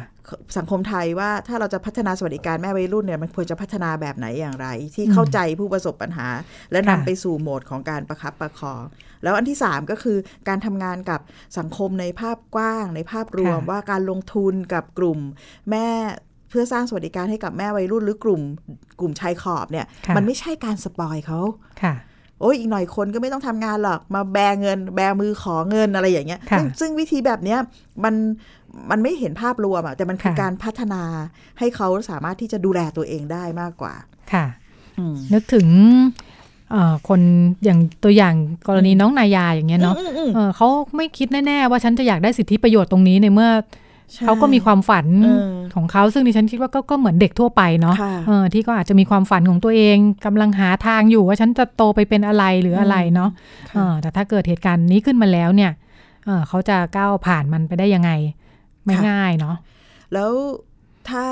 สังคมไทยว่าถ้าเราจะพัฒนาสวัสดิการแม่วัยรุ่นเนี่ยมันควรจะพัฒนาแบบไหนอย่างไร ที่
อืม
เข้าใจผู้ประสบปัญหา และนำ
ค่ะ
ไปสู่โหมดของการประคับประคอง แล้วอันที่ 3 ก็คือการทำงานกับสังคมในภาพกว้าง ในภาพรวมว่าการลงทุนกับกลุ่ม แม่เพื่อสร้างสวัสดิการให้กับแม่วัยรุ่น หรือกลุ่มกลุ่มชายขอบเนี่ย
ค่ะ
มันไม่ใช่การสปอยเขา
ค่ะ
โอ้ยอีกหน่อยคนก็ไม่ต้องทำงานหรอกมาแบเงิน แบมือขอเงินอะไรอย่างเงี้ย
ค่ะ
ซึ่งซึ่งวิธีแบบเนี้ยมันมันไม่เห็นภาพรวมอะแต่มันคือ
ค่ะ
การพัฒนาให้เขาสามารถที่จะดูแลตัวเองได้มากกว่า
ค่ะ
อืม
นึกถึงเอ่อคนอย่างตัวอย่างกรณีน้องนายาอย่างเงี้ยเนาะ
อืมอืม
เออเขาไม่คิดแน่ๆว่าฉันจะอยากได้สิทธิประโยชน์ตรงนี้ในเมื่อ
ใช่
เขาก็มีความฝัน
เออ
ของเขาซึ่งดิฉันคิดว่าก็ก็เหมือนเด็กทั่วไปเนาะ
ค่ะ
เออที่ก็อาจจะมีความฝันของตัวเองกำลังหาทางอยู่ว่าฉันจะโตไปเป็นอะไรหรืออะไรเนาะเอ
ค่ะ
อแต่ถ้าเกิดเหตุการณ์นี้ขึ้นมาแล้วเนี่ยเออเขาจะก้าวผ่านมันไปได้ยังไง ไม่ง่ายเนาะ
แล้วถ้า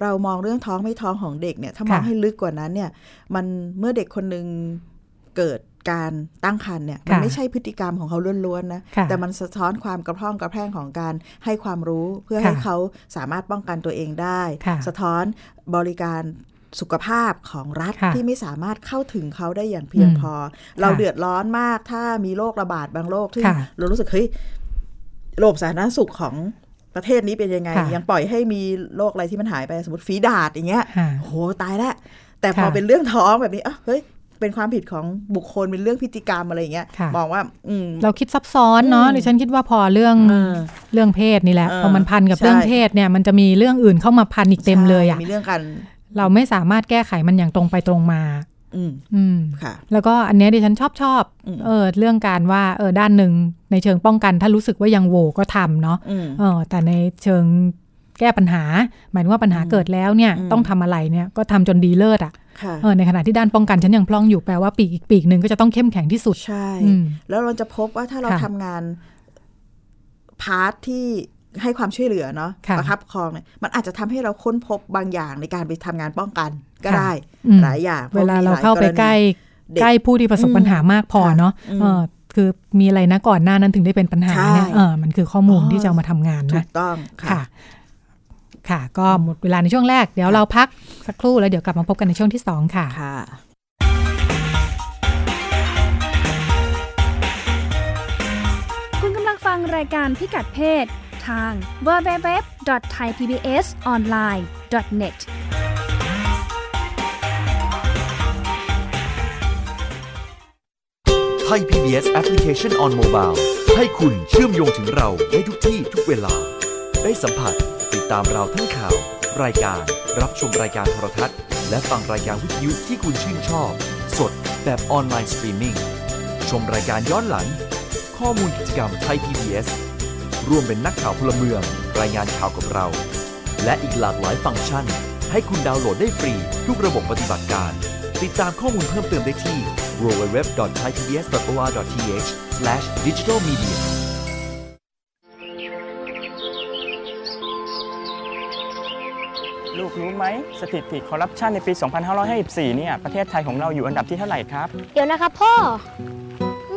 เรามองเรื่องท้องไม่ท้องของเด็กเนี่ยถ้ามอง
ค่ะ
ให้ลึกกว่านั้นเนี่ยมันเมื่อเด็กคนหนึ่งเกิดการตั้งครรภ์เนี่ยมัน
ค่ะ
ไม่ใช่พฤติกรรมของเขาล้วนๆนะ
ค่ะ
แต่มันสะท้อนความกระพร่องกระแพร่งของการให้ความรู้เพื่อ
ค่ะ
ให้เขาสามารถป้องกันตัวเองได้
ค่ะ
สะท้อนบริการสุขภาพของรัฐ
ค่ะ
ที่ไม่สามารถเข้าถึงเขาได้อย่างเพียง
อืม
พอ เรา
ค่ะ
เดือดร้อนมากถ้ามีโรคระบาดบางโรคที่
ค่ะ
เรารู้สึกเฮ้ยระบบสาธารณสุขของประเทศนี้เป็นยังไง
ค่ะ
ยัง ปล่อยให้มีโรคอะไรที่มันหายไปสมมติฝีดาดอย่างเงี้ย
ค่ะ
โอ้โหตายแล้วแต่พอ
ค่ะ
เป็นเรื่องท้องแบบนี้อ่ะเฮ้ยเป็นความผิดของบุคคลเป็นเรื่องพฤติกรรมอะไรอย่างเงี้ย
ค่ะ
มองว่า อืม
เราคิดซับซ้อนเนาะ
อืม
ดิฉันคิดว่าพอเรื่อง
เออ
เรื่องเพศนี่แหละ
เออ
พอมันพันกับ
ใช่
เรื่องเพศเนี่ยมันจะมีเรื่องอื่นเข้ามาพันอีกเต็มเลยอ่ะ
ใช่มีเรื่องกัน
เราไม่สามารถแก้ไขมันอย่างตรงไปตรงมา
อืม
อืม
ค่ะ
แล้วก็อันเนี้ยดิฉันชอบชอบ
อืม
เออเรื่องการว่าเออด้านหนึ่งในเชิงป้องกัน ถ้ารู้สึกว่ายังโหวก็ทำเนาะ
อืม
เออแต่ในเชิงแก้ปัญหา หมายถึงว่าปัญหาเกิดแล้วเนี่ย
อืม
ต้องทำอะไรเนี่ยก็ทำจนดีเลิศอ่ะ
ค่ะ
เออในขณะที่ด้านป้องกันฉันยังพล่องอยู่แปลว่าปีกอีกปีกหนึ่งก็จะต้องเข้มแข็งที่สุด
ใช่
อืม
แล้วเราจะพบว่าถ้าเรา
ค่ะ
ทำงานพาร์ทที่ให้ความช่วยเหลือเนาะ
ค่ะ
ประคับประคองเนี่ยมันอาจจะทำให้เราค้นพบบางอย่างในการไปทำงานป้องกันก็
ค่ะ
ได้
อืม
หลายอย่าง
เวลา
พะ
เรา
มีหย
เข้าไป
รณี
ใกล้
เด็ก
ใกล้ผู้ที่ประสบ
อืม
ปัญหามากพอ
ค่ะ
เนาะ
อืม
เออคือมีอะไรนะก่อนหน้านั้นถึงได้เป็นปัญหาเนี่ย
ใช่
เออมันคือข้อมูล
อ๋อ
ที่จะเอามาทำงาน
ถู
นะ
กต้องค่ะ
ค่ะ ค่ะ ก็หมดเวลาในช่วงแรกเดี๋ยวเราพักสักครู่แล้วเดี๋ยวกลับมาพบกันในช่วงที่สองค่ะ
ค่ะ
คุณกำลังฟังรายการพิกัดเพศ ทาง www.thaipbsonline.net
ไทย PBS Application on Mobile ให้คุณเชื่อมโยงถึงเราได้ทุกที่ทุกเวลา ได้สัมผัสติดตามเราทั้งข่าว รายการรับชมรายการโทรทัศน์ และฟังรายการวิทยุที่คุณชื่นชอบ สดแบบออนไลน์สตรีมมิ่งชมรายการย้อนหลัง ข้อมูลกิจกรรมไทย PBS ร่วมเป็นนักข่าวพลเมือง รายงานข่าวกับเรา และอีกหลากหลายฟังก์ชัน ให้คุณดาวน์โหลดได้ฟรี ทุกระบบปฏิบัติการ ติดตามข้อมูลเพิ่มเติมได้ที่ www.thaipbs.or.th/digitalmedia
ลูกรู้ไหมสถิติคอร์รัปชันในปี 2554 เนี่ย ประเทศไทยของเราอยู่อันดับที่เท่าไหร่ครับ
เดี๋ยวนะครับพ่อ ไ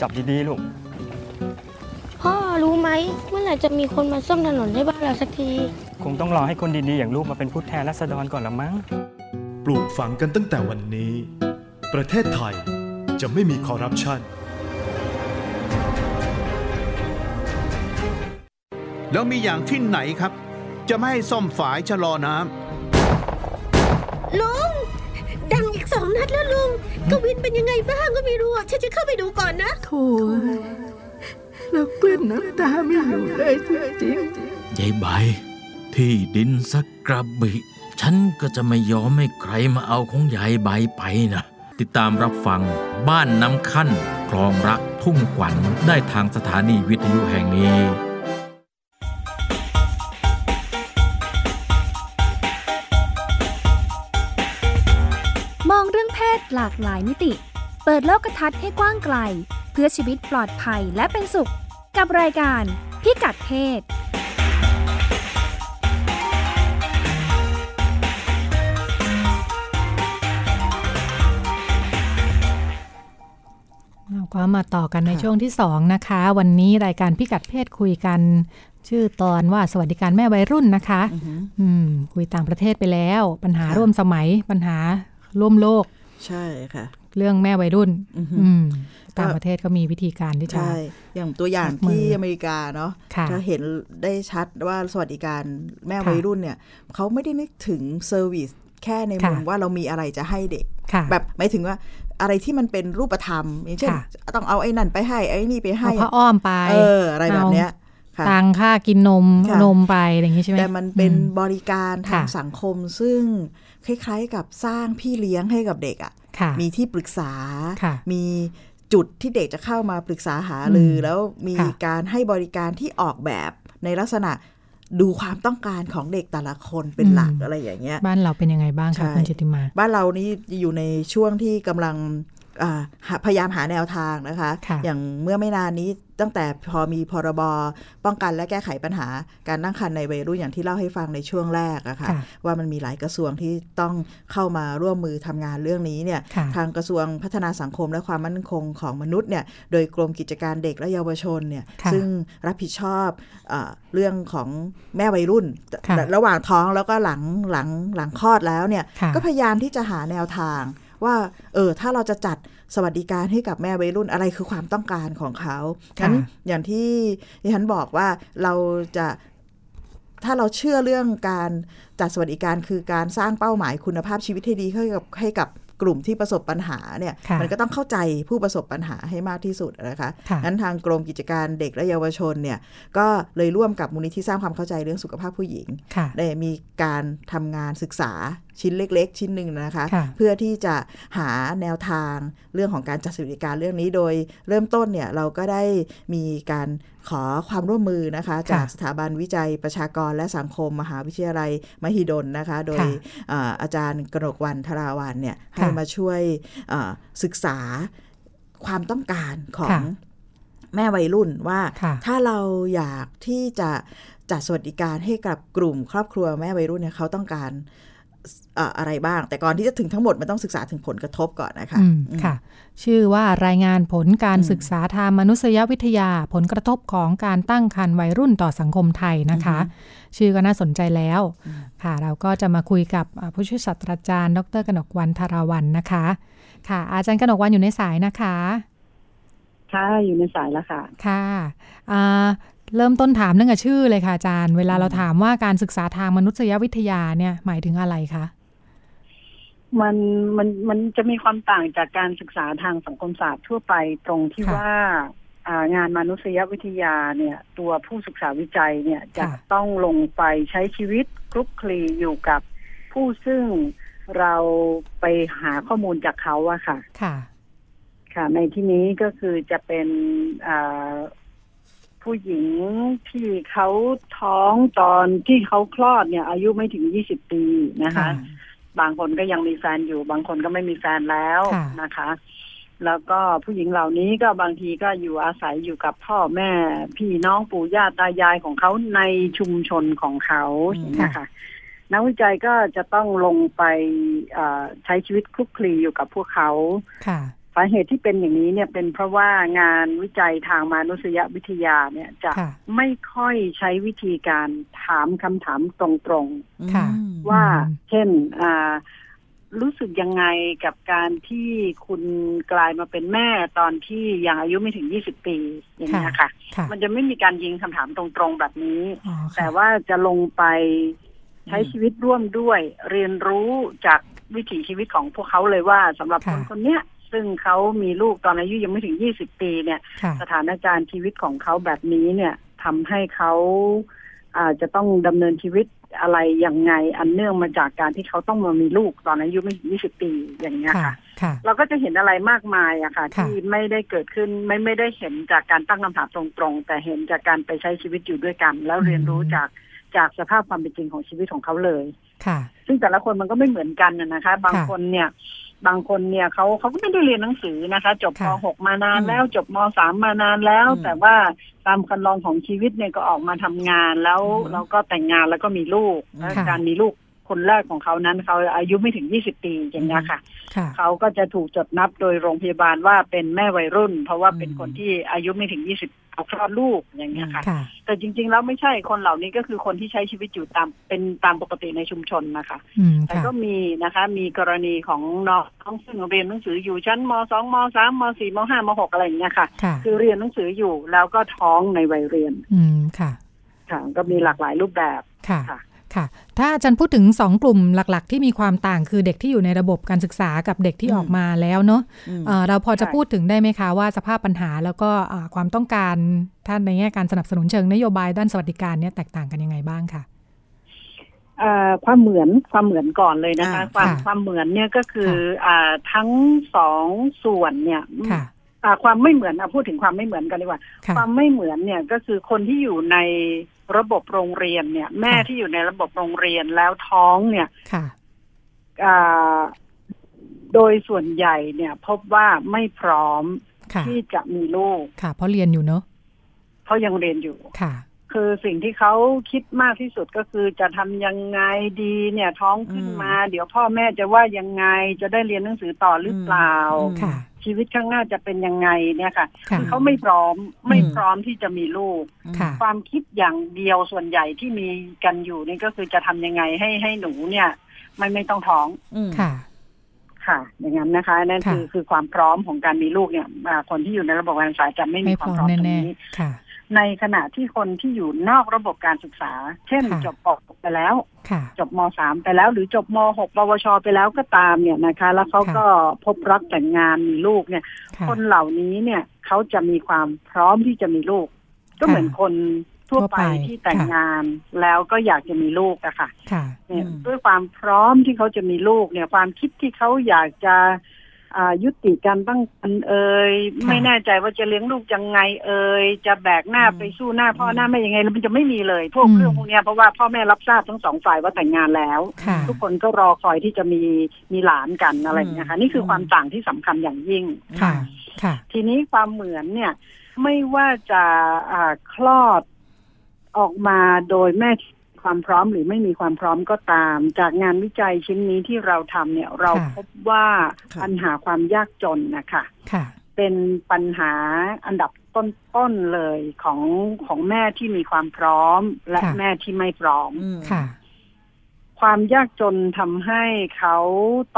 จับดีๆลูก
พ่อรู้ไหมเมื่อไหร่จะมีคนมาซ่อมถนนให้บ้านเราสักที
คงต้องรอให้คนดีๆ อย่างลูกมาเป็นผู้แทนราษฎรก่อนละมั้ง
ปลูกฝังกันตั้งแต่วันนี้ ประเทศไทยจะไม่มีคอร์รัปชัน
แล้วมีอย่างที่ไหนครับ จะไม่ให้ซ่อมฝายชะลอน้ำ
ลุง ดังอีกสองนัดแล้วลุง กวินเป็นยังไงบ้างก็ไม่รู้อ่ะฉันจะเข้าไปดูก่อนนะ
โถ่แล้วกลั้นน้ำตาไม่อยู่เลยจริง
ยายใบที่ดินสักกระบิ ฉันก็จะไม่ยอมให้ใครมาเอาของยายใบไปนะ ติดตามรับฟังบ้านน้ำขั้นคลองรักทุ่งขวัญได้ทางสถานีวิทยุแห่งนี้
มองเรื่องเพศหลากหลายมิติ เปิดโลกทัศน์ให้กว้างไกล เพื่อชีวิตปลอดภัยและเป็นสุข กับรายการพิกัดเพศ
เราก็มาต่อกันในช่วงที่ 2 นะคะ วันนี้รายการพิกัดเพศคุยกัน ชื่อตอนว่าสวัสดิการแม่วัยรุ่นนะคะ อืม คุยต่างประเทศไปแล้ว ปัญหา
ค่ะ
ร่วมสมัย ปัญหาร่วมโลก
ใช่ค่ะ
เรื่องแม่วัยรุ่น
อือฮึ
อืมต่างประเทศก็มีวิธีการที่จะ
ใช่ อย่างตัวอย่าง
มื
ที่
ออ
อเมริกาเนาะ
ค่ะ
จะเห็นได้ชัดว่าสวัสดิการแม่
ค่ะ
วัยรุ่นเนี่ยเขาไม่ได้นึกถึงเซอร์วิสแค่ในมุม
ค่ะ
ว่าเรามีอะไรจะให้เด็ก
ค่ะ
แบบหมายถึงว่าอะไรที่มันเป็นรูปธรรมอย่างเช่น
ค่ะ
ต้องเอาไอ้นั่นไปให้ไอ้นี่ไป
เอา
ให้
ผ้าอ้อมไป
เอออะไรแบบเนี้ยค่ะ
ตังค่ากินนม
ค่ะ
นมไปอะไรอย่างนี้ใช่ไหม
แต่มันเป็น
อืม
บริการทาง
ค่ะ
สังคมซึ่งคล้ายๆกับสร้างพี่เลี้ยงให้กับเด็กอ่ะ
ค่ะ
มีที่ปรึกษา
ค่ะ
มีจุดที่เด็กจะเข้ามาปรึกษาหารืออ
ม
แล้วมี
ค่ะ
การให้บริการที่ออกแบบในลักษณะดูความต้องการของเด็กแต่ละคนเป็น
อืม
หลักอะไรอย่างเงี้ย
บ้านเราเป็นยังไงบ้าง
ใช่
คะคุณจิตติมา
บ้านเรานี่อยู่ในช่วงที่กำลังอ่าหาพยายามหาแนวทางนะคะ
ค่ะ
อย่างเมื่อไม่นานนี้ตั้งแต่พอมีพรบป้องกันและแก้ไขปัญหาการตั้งครรภ์ในวัยรุ่นอย่างที่เล่าให้ฟังในช่วงแรกอะค่ะ
ค่ะ
ว่ามันมีหลายกระทรวงที่ต้องเข้ามาร่วมมือทำงานเรื่องนี้เนี่ย
ค่ะ
ทางกระทรวงพัฒนาสังคมและความมั่นคงของมนุษย์เนี่ยโดยกรมกิจการเด็กและเยาวชนเนี่ย
ค่ะ
ซึ่งรับผิดชอบอาเรื่องของแม่วัยรุ่น
ค่ะ
ระหว่างท้องแล้วก็หลังหลังหลังคลอดแล้วเนี่ย
ค่ะ
ก็พยายามที่จะหาแนวทางว่าเออถ้าเราจะจัดสวัสดิการให้กับแม่วัยรุ่นอะไรคือความต้องการของเขา
ค่ะ
งั้นอย่างที่ที่ฉันบอกว่าเราจะถ้าเราเชื่อเรื่องการจัดสวัสดิการคือการสร้างเป้าหมายคุณภาพชีวิตให้ดีให้กับให้กับกลุ่มที่ประสบปัญหาเนี่ย
ค่ะ
มันก็ต้องเข้าใจผู้ประสบปัญหาให้มากที่สุดนะคะ
ค่ะ
นั้นทางกรมกิจการเด็กและเยาวชนเนี่ยก็เลยร่วมกับมูลนิธิสร้างความเข้าใจเรื่องสุขภาพผู้หญิง
ค่ะ
ได้มีการทำงานศึกษาชิ้นเล็ก ๆ ชิ้นหนึ่งนะคะ
ค่ะ
เพื่อที่จะหาแนวทางเรื่องของการจัดสวัสดิการเรื่องนี้โดยเริ่มต้นเนี่ยเราก็ได้มีการขอความร่วมมือนะคะ
ค่ะ
จากสถาบันวิจัยประชากรและสังคม มหาวิทยาลัยมหิดลนะคะ โดย
ค่ะ
เอ่ออาจารย์กนกวันธราวันเนี่ยให้
ค่ะ
มาช่วยเอ่อศึกษาความต้องการของ
ค่ะ
แม่วัยรุ่นว่า
ค่ะ
ถ้าเราอยากที่จะจัดสวัสดิการให้กับกลุ่มครอบครัวแม่วัยรุ่นเนี่ยเขาต้องการเอ่ออะไรบ้าง แต่ก่อนที่จะถึงทั้งหมดมันต้องศึกษาถึงผลกระทบก่อนนะคะ
อืมค่ะ ชื่อว่ารายงานผลการ
อืม
ศึกษาทางมนุษยวิทยาผลกระทบของการตั้งครรภ์วัยรุ่นต่อสังคมไทยนะคะ ชื่อก็น่าสนใจแล้ว ค่ะ เราก็จะมาคุยกับอ่าผู้ช่วยศาสตราจารย์ ดรกนกวันธาราวันนะคะ ค่ะ อาจารย์กนกวันอยู่ในสายนะคะ
ค่ะอยู่ในสายแล้วค่ะ
ค่ะอ่าเริ่มต้นถามเรื่องกับชื่อเลยค่ะอาจารย์ เวลาเราถามว่าการศึกษาทางมนุษยวิทยาเนี่ยหมายถึงอะไรคะ
มันมันมันจะมีความต่างจากการศึกษาทางสังคมศาสตร์ทั่วไปตรงที่
ค่ะ
ว่าอ่างานมนุษยวิทยาเนี่ย ตัวผู้ศึกษาวิจัยเนี่ยจะ
ค่ะ
ต้องลงไปใช้ชีวิตคลุกคลีอยู่กับผู้ซึ่งเราไปหาข้อมูลจากเขาอะค่ะ
ค่ะ
ค่ะ ในที่นี้ก็คือจะเป็นอ่าผู้หญิงที่เขาท้องตอนที่เขาคลอดเนี่ย อายุไม่ถึงยี่สิบปีนะคะ บางคนก็ยังมีแฟนอยู่ บางคนก็ไม่มีแฟนแล้ว
ค่ะ
นะคะ แล้วก็ผู้หญิงเหล่านี้ก็บางทีก็อยู่อาศัยอยู่กับพ่อแม่ พี่น้องปู่ย่าตายายของเขาในชุมชนของเขาอย่างเงี้ยค่ะ นักวิจัยก็จะต้องลงไปเอ่อใช้ชีวิตคลุกคลีอยู่กับพวกเขา
ค่ะ
สาเหตุที่เป็นอย่างนี้เนี่ยเป็นเพราะว่างานวิจัยทางมานุษยวิทยาเนี่ยจะ
ค่ะ
ไม่ค่อยใช้วิธีการถามคำถามตรงๆ
ค่ะ
ว่าเช่นอ่ารู้สึกยังไงกับการที่คุณกลายมาเป็นแม่ตอนที่ยังอายุไม่ถึง 20 ปีอย่างนี้ยค่ะ
ค่ะ
มันจะไม่มีการยิงคำถามตรงๆแบบนี้
อ๋อค่ะ
แต่ว่าจะลงไปใช้ชีวิตร่วมด้วย เรียนรู้จากวิถีชีวิตของพวกเขาเลยว่าสำหรับคนคนเนี้ย ซึ่งเขามีลูกตอนอายุยังไม่ถึง 20 ปีเนี่ย
ค่ะ
สถานการณ์ชีวิตของเขาแบบนี้เนี่ยทำให้เขาอาจจะต้องดำเนินชีวิตอะไรยังไง อันเนื่องมาจากการที่เขาต้องมามีลูกตอนอายุไม่ถึง 20 ปีอย่างเงี้ยค่ะ
ค่ะ
เราก็จะเห็นอะไรมากมายอะค่ะ
ค่ะ
ที่ไม่ได้เกิดขึ้นไม่ไม่ได้เห็นจากการตั้งคำถามตรงๆ แต่เห็นจากการไปใช้ชีวิตอยู่ด้วยกัน แล้วเรียนรู้จากจากสภาพความเป็นจริงของชีวิตของเขาเลย
ค่ะ
ซึ่งแต่ละคนมันก็ไม่เหมือนกันน่ะนะคะ บางคนเนี่ย บางคนเนี่ยเขาเขาก็ไม่ได้เรียนหนังสือนะคะ จบม .6 มานานแล้ว จบม .3 มานานแล้ว แต่ว่าตามคันลองของชีวิตเนี่ยก็ออกมาทำงานแล้วแล้วก็แต่งงานแล้วก็มีลูกแล้ว
ค่ะ
การมีลูกคนแรกของเขานั้นเขาอายุไม่ถึง 20 ปีอย่างเงี้ยค่ะ
ค่ะ
เขาก็จะถูกจดนับโดยโรงพยาบาลว่าเป็นแม่วัยรุ่น เพราะว่าเป็นคนที่อายุไม่ถึง 20เอาคลอดลูกอย่างเงี้ยค่ะ
ค่ะ
แต่จริง ๆ แล้วไม่ใช่คนเหล่านี้ก็คือคนที่ใช้ชีวิตอยู่ตามเป็นตามปกติในชุมชนนะคะ
อืม
แต่
ค่ะ
ก็มีนะคะ มีกรณีของน้องซึ่งเรียนหนังสืออยู่ชั้นมสองมสามมสี่มห้ามหกอะไรอย่างเงี้ยค่ะ
ค่ะ
คือเรียนหนังสืออยู่แล้วก็ท้องในวัยเรียน
อืม ค่ะ
ค่ะ ก็มีหลากหลายรูปแบบ
ค่ะ ค่ะ ถ้าอาจารย์พูดถึง 2 กลุ่มหลักๆ ที่มีความต่างคือเด็กที่อยู่ในระบบการศึกษากับเด็กที่ออกมาแล้วเนอะ
อืม
เอ่อเราพอจะ
ใช่
พูดถึงได้ไหมคะว่าสภาพปัญหาแล้วก็อ่าความต้องการท่านในแง่การสนับสนุนเชิงนโยบายด้านสวัสดิการเนี่ยแตกต่างกันยังไงบ้างค่ะ
เอ่อความเหมือนความเหมือนก่อนเลยนะคะ
อ่า
ความ
ค่ะ
ความเหมือนเนี่ยก็คืออ่าทั้งสองส่วนเนี่ย
ค่ะ
อ่าความไม่เหมือนเอาพูดถึงความไม่เหมือนกันดีกว่า
ค่ะ
ความไม่เหมือนเนี่ยก็คือคนที่อยู่ในระบบโรงเรียนเนี่ย แม่
ค่ะ
ที่อยู่ในระบบโรงเรียนแล้วท้องเนี่ย
ค่ะ
อ่าโดยส่วนใหญ่เนี่ย พบว่าไม่พร้อม
ค่ะ
ที่จะมีลูก
ค่ะ เพราะเรียนอยู่เนอะ
เพราะยังเรียนอยู่
ค่ะ
คือสิ่งที่เขาคิดมากที่สุดก็คือจะทำยังไงดีเนี่ยท้องขึ้นมา เดี๋ยวพ่อแม่จะว่ายังไงจะได้เรียนหนังสือต่อหรือเปล่า
ค่ะ
ชีวิตข้างหน้าจะเป็นยังไงเนี่ยค่ะ
ค่ะ
อเขาไม่พร้อมไม่พร้อมที่จะมีลูก
ค่ะ
ความคิดอย่างเดียวส่วนใหญ่ที่มีกันอยู่นี่ก็คือจะทำยังไงให้ให้หนูเนี่ย ไม่ไม่ต้องท้อง
ค่ะ
ค่ะ อย่างนั้นนะคะนั่น
ค่ะ
คือคือความพร้อมของการมีลูกเนี่ยอ่าคนที่อยู่ในระบบการศึกษาจะไม่มี
ไม่
ค
พ
วาม
ร้อม
พร้อมตรง
แน่
นี้
ๆ ค่ะ
ในขณะที่คนที่อยู่นอกระบบการศึกษา เช่น
ค่ะ
จบปกไปแล้ว
ค่ะ
จบมสามไปแล้ว หรือจบมหกปวชไปแล้วก็ตามเนี่ยนะคะ แล้วเขาก็พบรักแต่งงานมีลูกเนี่ย
ค่ะ
คนเหล่านี้เนี่ยเขาจะมีความพร้อมที่จะมีลูก ก็เหมือนคนทั่วไป
ทั่วไป
ที่แต่ง
ค่ะ
งานแล้วก็อยากจะมีลูกอะค่ะ
ค่ะ
เนี่ยด้วยความพร้อมที่เขาจะมีลูกเนี่ย ความคิดที่เขาอยากจะอ่ายุติการตั้งครรภ์เอ่ย
ค่ะ
ไม่แน่ใจว่าจะเลี้ยงลูกยังไงเอ่ยจะแบกหน้าไปสู้หน้าพ่อหน้าแม่ยังไงแล้วมันจะไม่มีเลย พวก
อืม
เรื่องพวกเนี้ยเพราะว่าพ่อแม่รับทราบทั้งสองฝ่ายว่าแต่งงานแล้ว
ค่ะ
ทุกคนก็รอคอยที่จะมีมีหลานกันอะไรอย่างเงี้ยค่ะนี่คือความต่างที่สำคัญอย่างยิ่ง
ค่ะ ค่ะ
ทีนี้ความเหมือนเนี่ย ไม่ว่าจะอ่าคลอดออกมาโดยแม่ความพร้อมหรือไม่มีความพร้อมก็ตาม จากงานวิจัยชิ้นนี้ที่เราทำเนี่ย เรา
ค่ะ
พบว่าปัญหาความยากจนนะคะ
ค่ะ
เป็นปัญหาอันดับต้นๆเลยของของแม่ที่มีความพร้อม และ
ค่ะ
แม่ที่ไม่พร้อม
ค่ะ
ความยากจนทำให้เขา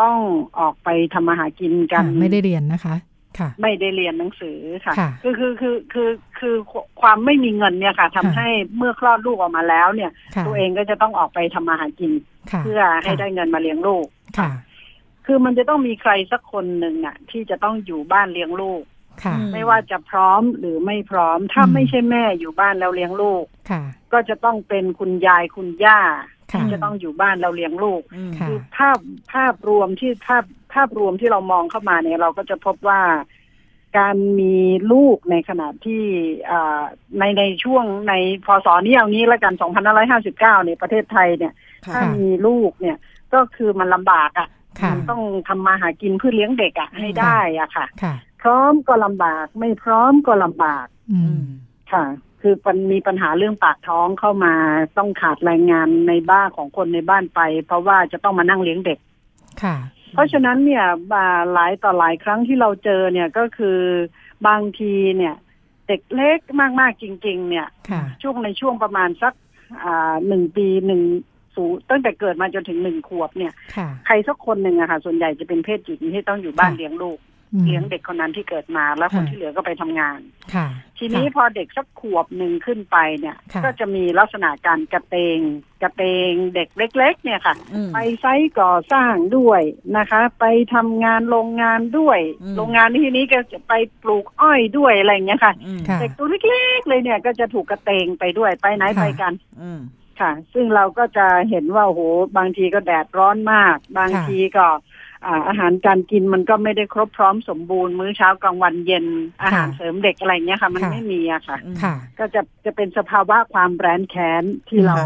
ต้องออกไปทำมาหากินกัน
อ่าไม่ได้เรียนนะคะ ค่ะ
ไม่ได้เรียนหนังสือค่ะ
ค่ะ
คือคือคือคือคือความไม่มีเงินเนี่ยค่ะทำให้เมื่อคลอดลูกออกมาแล้วเนี่ย
ค่ะ
ตัวเองก็จะต้องออกไปทำมาหากิน
ค่ะ
เพื่อให้ได้เงินมาเลี้ยงลูก
ค่ะ
คือมันจะต้องมีใครสักคนหนึ่งอ่ะ ที่จะต้องอยู่บ้านเลี้ยงลูก
ค่ะ
ไม่ว่าจะพร้อมหรือไม่พร้อม ถ้า
อืม
ไม่ใช่แม่อยู่บ้านแล้วเลี้ยงลูก
ค่ะ
ก็จะต้องเป็นคุณยายคุณย่า
ค่ะ
ที่จะต้องอยู่บ้านเราเลี้ยงลูก
ค่ะ
ภาพภาพรวมที่ภาพภาพรวมที่เรามองเข้ามาเนี่ยเราก็จะพบว่าการมีลูกในขณะที่อ่าในในช่วงในพศนี้เอางี้ละกัน 2559เนี่ยประเทศไทยเนี่ย
ค่ะ
ถ้ามีลูกเนี่ย ก็คือมันลำบากอะ่ะ
ค่ะ
มันต้องทำมาหากินเพื่อเลี้ยงเด็กอะ่ะให้ได้อะค่ะ
ค่ะ
พร้อมก็ลำบากไม่พร้อมก็ลำบาก
อืม
ค่ะ คือมันมีปัญหาเรื่องปากท้องเข้ามาต้องขาดแรงงานในบ้านของคนในบ้านไป เพราะว่าจะต้องมานั่งเลี้ยงเด็ก
ค่ะ
เพราะฉะนั้นเนี่ยมาหลายต่อหลายครั้งที่เราเจอเนี่ยก็คือบางทีเนี่ย เด็กเล็กมากๆจริง ๆ เนี่ย
ค่ะ
ช่วงในช่วงประมาณสักอ่าหนึ่งปีหนึ่งสูตั้งแต่เกิดมาจนถึงหนึ่งขวบเนี่ย
ค่ะ
ใครสักคนหนึ่งอะค่ะ ส่วนใหญ่จะเป็นเพศหญิงที่ต้องอยู่บ้าน
ค่ะ
เลี้ยงลูก
อืม
เลี้ยงเด็กคนนั้นที่เกิดมาแล้วคน
ค่ะ
ที่เหลือก็ไปทำงาน
ค่ะ
ทีนี้พอเด็กสักขวบหนึ่งขึ้นไปเนี่ย
ค่ะ
ก็จะมีลักษณะการกระเตงกระเตงเด็กเล็ก ๆ เนี่ยค่ะ
อืม
ไปไซต์ก่อสร้างด้วยนะคะ ไปทำงานโรงงานด้วย
อืม
โรงงานในที่นี้ก็จะไปปลูกอ้อยด้วยอะไรอย่างเงี้ยค่ะ
อืม
ค่ะ
เด็กตัวเล็กๆเลยเนี่ยก็จะถูกกระเตงไปด้วยไปไหน
ค่ะ
ไปกัน
อืม
ค่ะ ซึ่งเราก็จะเห็นว่าโอ้โหบางทีก็แดดร้อนมาก บางทีก็อ่าอาหารการกินมันก็ไม่ได้ครบพร้อมสมบูรณ์มื้อเช้ากลางวันเย็นอาหารเสริมเด็กอะไรเงี้ยค่ะ มัน
ค่ะ
ไม่มีอะค่ะ
ค่ะ
ก็จะจะเป็นสภาวะความแร้นแค้นที่เรา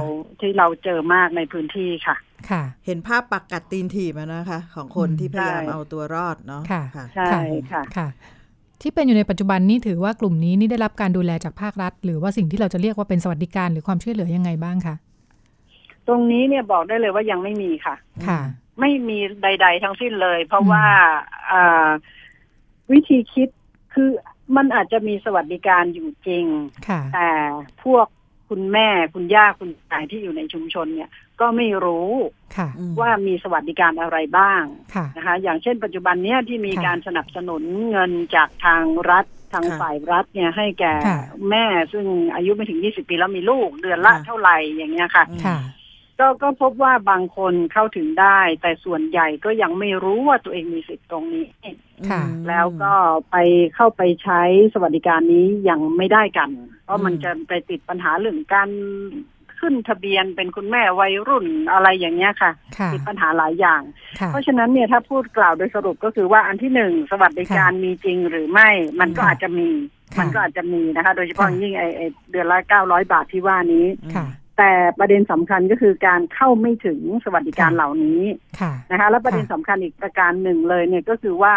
ที่เราเจอมากในพื้นที่ค่ะ
ค่ะ
เห็นภาพปักกัดตีนถีบอะนะคะ ของคน
อืม
ที่พยายาม
ใช่
เอาตัวรอดเนาะ
ค่ะ
ใช่ค่ะ
ค่ะ ที่เป็นอยู่ในปัจจุบันนี่ถือว่ากลุ่มนี้นี่ได้รับการดูแลจากภาครัฐ หรือว่าสิ่งที่เราจะเรียกว่าเป็นสวัสดิการหรือความช่วยเหลือยังไงบ้างคะ
ตรงนี้เนี่ยบอกได้เลยว่ายังไม่มีค่ะ
ค่ะ
ไม่มีใด ๆ ทั้งสิ้นเลย เพราะ
อืม
ว่าอ่าวิธีคิดคือมันอาจจะมีสวัสดิการอยู่จริง
ค่ะ
แต่พวกคุณแม่คุณย่าคุณยายที่อยู่ในชุมชนเนี่ย ก็ไม่รู้
ค่ะ
อืม
ว่ามีสวัสดิการอะไรบ้าง
ค่ะ
นะคะ อย่างเช่นปัจจุบันเนี้ยที่มี
ค่ะ
การสนับสนุนเงินจากทางรัฐทาง
ค่ะ
ฝ่ายรัฐเนี่ยให้แก่
ค่ะ
แม่ซึ่งอายุไม่ถึง 20 ปีแล้วมีลูกเดือนละ
ค่ะ
เท่าไหร่อย่างเงี้ยค่ะ
อืม
ค่ะ
ก็ก็พบว่าบางคนเข้าถึงได้ แต่ส่วนใหญ่ก็ยังไม่รู้ว่าตัวเองมีสิทธิ์ตรงนี้
ค่ะ
แล้วก็ไปเข้าไปใช้สวัสดิการนี้ยังไม่ได้กัน เพราะมัน
อืม
จะไปติดปัญหาเรื่องการขึ้นทะเบียนเป็นคุณแม่วัยรุ่นอะไรอย่างเงี้ยค่ะ
ค่ะ
ติดปัญหาหลายอย่าง
ค่ะ
เพราะฉะนั้นเนี่ยถ้าพูดกล่าวโดยสรุปก็คือว่าอันที่หนึ่งสวัสดิการมีจริงหรือไม่ มันก็
ค่ะ
อาจจะมี
ค่ะ
มันก็อาจจะมีนะคะ โดยเฉพาะ
ค่ะ
ยิ่งไอไอ้เดือนละเก้าร้อยบาทที่ว่านี้
ค่ะ
แต่ประเด็นสำคัญก็คือการเข้าไม่ถึงสวัสดิการ
ค่ะ
เหล่านี้
ค่ะ
นะคะ และประเด็นสำคัญอีกประการหนึ่งเลยเนี่ยก็คือว่า